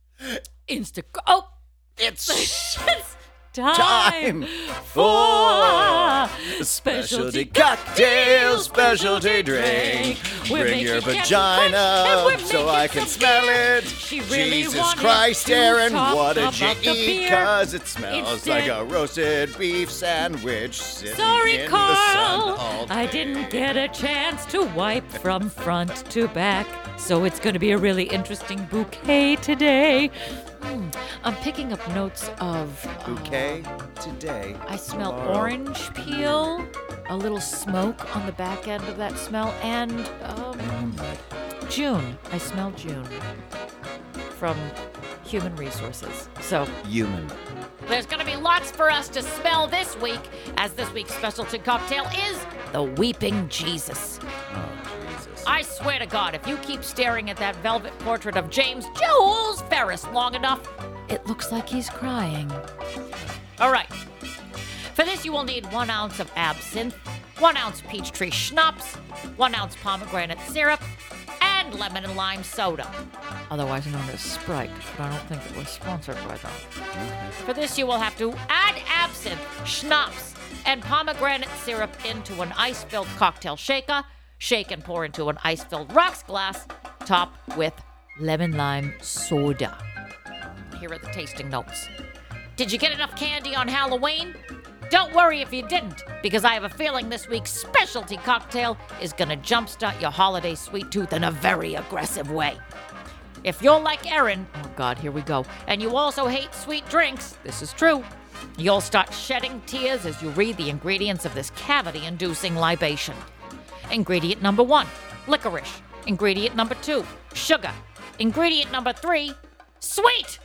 Speaker 5: time.
Speaker 3: Insta. Oh,
Speaker 5: It's
Speaker 3: it's time,
Speaker 5: time
Speaker 3: for
Speaker 5: for
Speaker 3: specialty
Speaker 5: specialty cocktail, specialty drink.
Speaker 3: We're
Speaker 5: Bring your
Speaker 3: making
Speaker 5: vagina
Speaker 3: kettle
Speaker 5: up
Speaker 3: punch, and we're
Speaker 5: so I
Speaker 3: making
Speaker 5: can
Speaker 3: some
Speaker 5: smell
Speaker 3: beer.
Speaker 5: it.
Speaker 3: She really
Speaker 5: Jesus
Speaker 3: wanted
Speaker 5: Christ,
Speaker 3: to
Speaker 5: Aaron,
Speaker 3: talk
Speaker 5: what did you
Speaker 3: about the
Speaker 5: eat?
Speaker 3: beer.
Speaker 5: Cause it smells like
Speaker 3: Instead-
Speaker 5: a roasted beef sandwich sitting
Speaker 3: Sorry,
Speaker 5: in the sun all
Speaker 3: Carl.
Speaker 5: day.
Speaker 3: I didn't get a chance to wipe from front to back, so it's going to be a really interesting bouquet today. Hmm, I'm picking up notes of. uh,
Speaker 5: Bouquet today.
Speaker 3: I smell
Speaker 5: tomorrow.
Speaker 3: orange peel, a little smoke on the back end of that smell, and um, June. I smell June from human resources. So.
Speaker 5: Human.
Speaker 3: There's going to be lots for us to smell this week, as this week's specialty cocktail is the Weeping Jesus.
Speaker 5: Oh, Jesus.
Speaker 3: I swear to God, if you keep staring at that velvet portrait of James Jules Ferris long enough, it looks like he's crying. All right. For this, you will need one ounce of absinthe, one ounce peach tree schnapps, one ounce pomegranate syrup, and lemon and lime soda, otherwise known as Sprite, but I don't think it was sponsored by them. For this, you will have to add absinthe, schnapps, and pomegranate syrup into an ice filled cocktail shaker, shake and pour into an ice filled rocks glass, top with lemon lime soda. Here are the tasting notes. Did you get enough candy on Halloween? Don't worry if you didn't, because I have a feeling this week's specialty cocktail is going to jumpstart your holiday sweet tooth in a very aggressive way. If you're like Erin, oh God, here we go, and you also hate sweet drinks, this is true, you'll start shedding tears as you read the ingredients of this cavity inducing libation. Ingredient number one, licorice. Ingredient number two, sugar. Ingredient number three, sweet.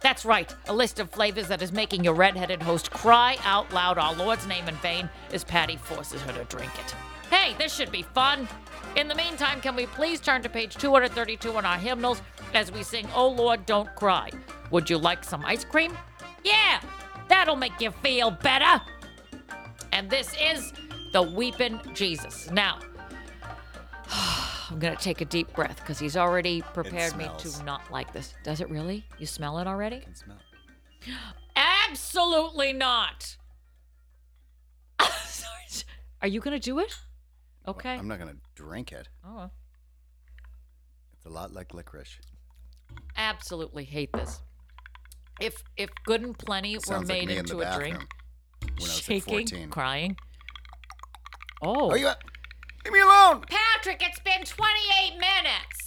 Speaker 3: That's right, a list of flavors that is making your redheaded host cry out loud our Lord's name in vain as Patty forces her to drink it. Hey, this should be fun. In the meantime, can we please turn to page 232 in our hymnals as we sing, Oh Lord, Don't Cry? Would you like some ice cream? Yeah, that'll make you feel better. And this is the Weeping Jesus. Now, I'm going to take a deep breath because he's already prepared me
Speaker 5: smells.
Speaker 3: to not like this. Does it really? You smell it already?
Speaker 5: Can smell.
Speaker 3: Absolutely not. Sorry. Are you going to do it? Okay.
Speaker 5: I'm not gonna drink it.
Speaker 3: oh,
Speaker 5: It's a lot like licorice.
Speaker 3: absolutely hate this. If if good and plenty were
Speaker 5: Sounds like
Speaker 3: made
Speaker 5: me in the
Speaker 3: into a
Speaker 5: bathroom
Speaker 3: drink,
Speaker 5: when I was like,
Speaker 3: shaking,
Speaker 5: 14.
Speaker 3: crying. Oh,
Speaker 5: Are you? a- Leave me alone.
Speaker 3: Patrick, it's been 28 minutes.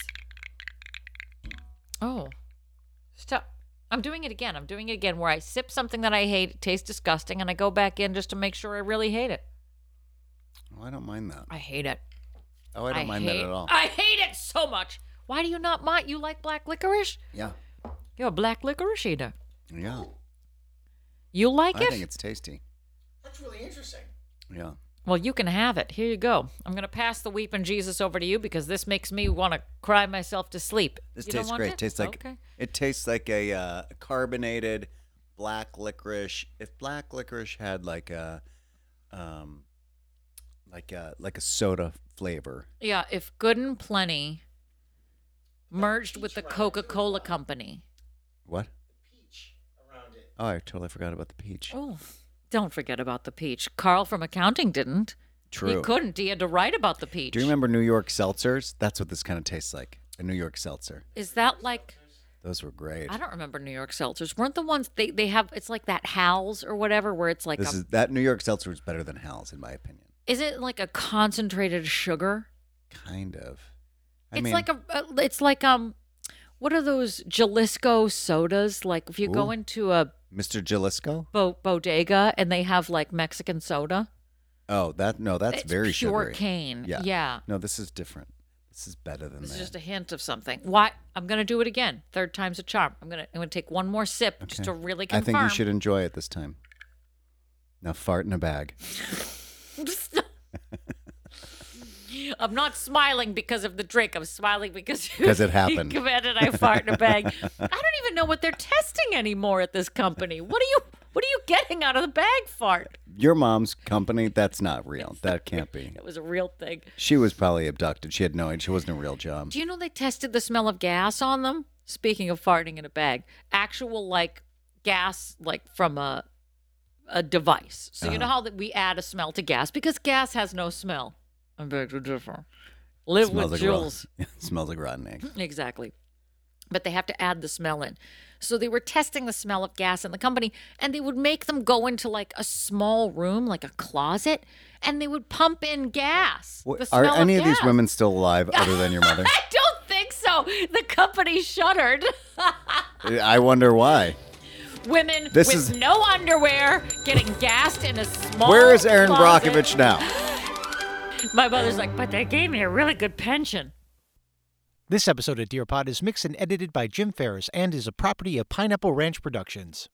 Speaker 3: Oh. Stop. I'm doing it again. I'm doing it again where I sip something that I hate, it tastes disgusting, and I go back in just to make sure I really hate it.
Speaker 5: Oh, I don't mind that.
Speaker 3: I hate it.
Speaker 5: Oh, I don't mind
Speaker 3: hate-
Speaker 5: that at all.
Speaker 3: I hate it so much. Why do you not mind? You like black licorice?
Speaker 5: yeah,
Speaker 3: You're a black licorice eater.
Speaker 5: yeah.
Speaker 3: You like
Speaker 5: I
Speaker 3: it?
Speaker 5: think it's tasty. That's really interesting.
Speaker 3: well, you can have it. Here you go. I'm going to pass the weeping Jesus over to you because this makes me want to cry myself to sleep.
Speaker 5: Yeah, this
Speaker 3: You don't
Speaker 5: tastes
Speaker 3: want
Speaker 5: great.
Speaker 3: it?
Speaker 5: Tastes like
Speaker 3: Okay.
Speaker 5: it tastes like a uh, carbonated black licorice. If black licorice had like a, um, like a like a soda flavor.
Speaker 3: Yeah, if Good and Plenty merged with the Coca Cola company.
Speaker 5: What? The peach around it. Oh, I totally forgot about the peach.
Speaker 3: Oh, don't forget about the peach. Carl from accounting didn't.
Speaker 5: True.
Speaker 3: He couldn't. He had to write about the peach.
Speaker 5: Do you remember New York seltzers? That's what this kind of tastes like. A New York seltzer.
Speaker 3: Is that like
Speaker 5: Those were great.
Speaker 3: I don't remember New York seltzers. Weren't the ones they they have? It's like that Hal's or whatever, where it's like
Speaker 5: This
Speaker 3: a,
Speaker 5: is that New York seltzer is better than Hal's in my opinion.
Speaker 3: is it like a concentrated sugar?
Speaker 5: Kind of. I
Speaker 3: It's
Speaker 5: mean,
Speaker 3: like a uh, it's like um, what are those Jalisco sodas? Like if you go
Speaker 5: Ooh.
Speaker 3: into a
Speaker 5: Mr. Jalisco.
Speaker 3: bo- bodega and they have like Mexican soda.
Speaker 5: Oh, that no, that's
Speaker 3: it's
Speaker 5: very
Speaker 3: pure
Speaker 5: sugary.
Speaker 3: cane.
Speaker 5: Yeah.
Speaker 3: yeah.
Speaker 5: No, this is different. This is better than
Speaker 3: This
Speaker 5: that.
Speaker 3: is just a hint of something. Why? I'm gonna do it again. Third time's a charm. I'm gonna I'm gonna take one more sip just
Speaker 5: Okay.
Speaker 3: to really
Speaker 5: I
Speaker 3: confirm.
Speaker 5: think you should enjoy it this time. Now fart in a bag.
Speaker 3: I'm not smiling because of the drink. I'm smiling because
Speaker 5: 'Cause it happened.
Speaker 3: You commanded I fart in a bag. I don't even know what they're testing anymore at this company. What are you What are you getting out of the bag fart?
Speaker 5: Your mom's company, that's not real. That can't be.
Speaker 3: It was a real thing.
Speaker 5: She was probably abducted. She had no idea. She wasn't a real job.
Speaker 3: Do you know they tested the smell of gas on them? Speaking of farting in a bag, actual like gas like from a a device. So you know
Speaker 5: Uh-huh.
Speaker 3: how that we add a smell to gas because gas has no smell. I beg to differ. Live with
Speaker 5: like
Speaker 3: Jules.
Speaker 5: Rot- smells like rotten eggs.
Speaker 3: Exactly. But they have to add the smell in. So they were testing the smell of gas in the company and they would make them go into like a small room, like a closet, and they would pump in gas.
Speaker 5: What-
Speaker 3: the
Speaker 5: Are
Speaker 3: smell
Speaker 5: any of, these
Speaker 3: gas.
Speaker 5: women still alive other than your mother?
Speaker 3: I don't think so. The company shuddered.
Speaker 5: I wonder why.
Speaker 3: women
Speaker 5: This
Speaker 3: with
Speaker 5: is-
Speaker 3: no underwear getting gassed in a small
Speaker 5: Where is Aaron
Speaker 3: closet.
Speaker 5: Brockovich now?
Speaker 3: My mother's like, but they gave me a really good pension.
Speaker 7: This episode of Dear Pod is mixed and edited by Jim Ferris and is a property of Pineapple Ranch Productions.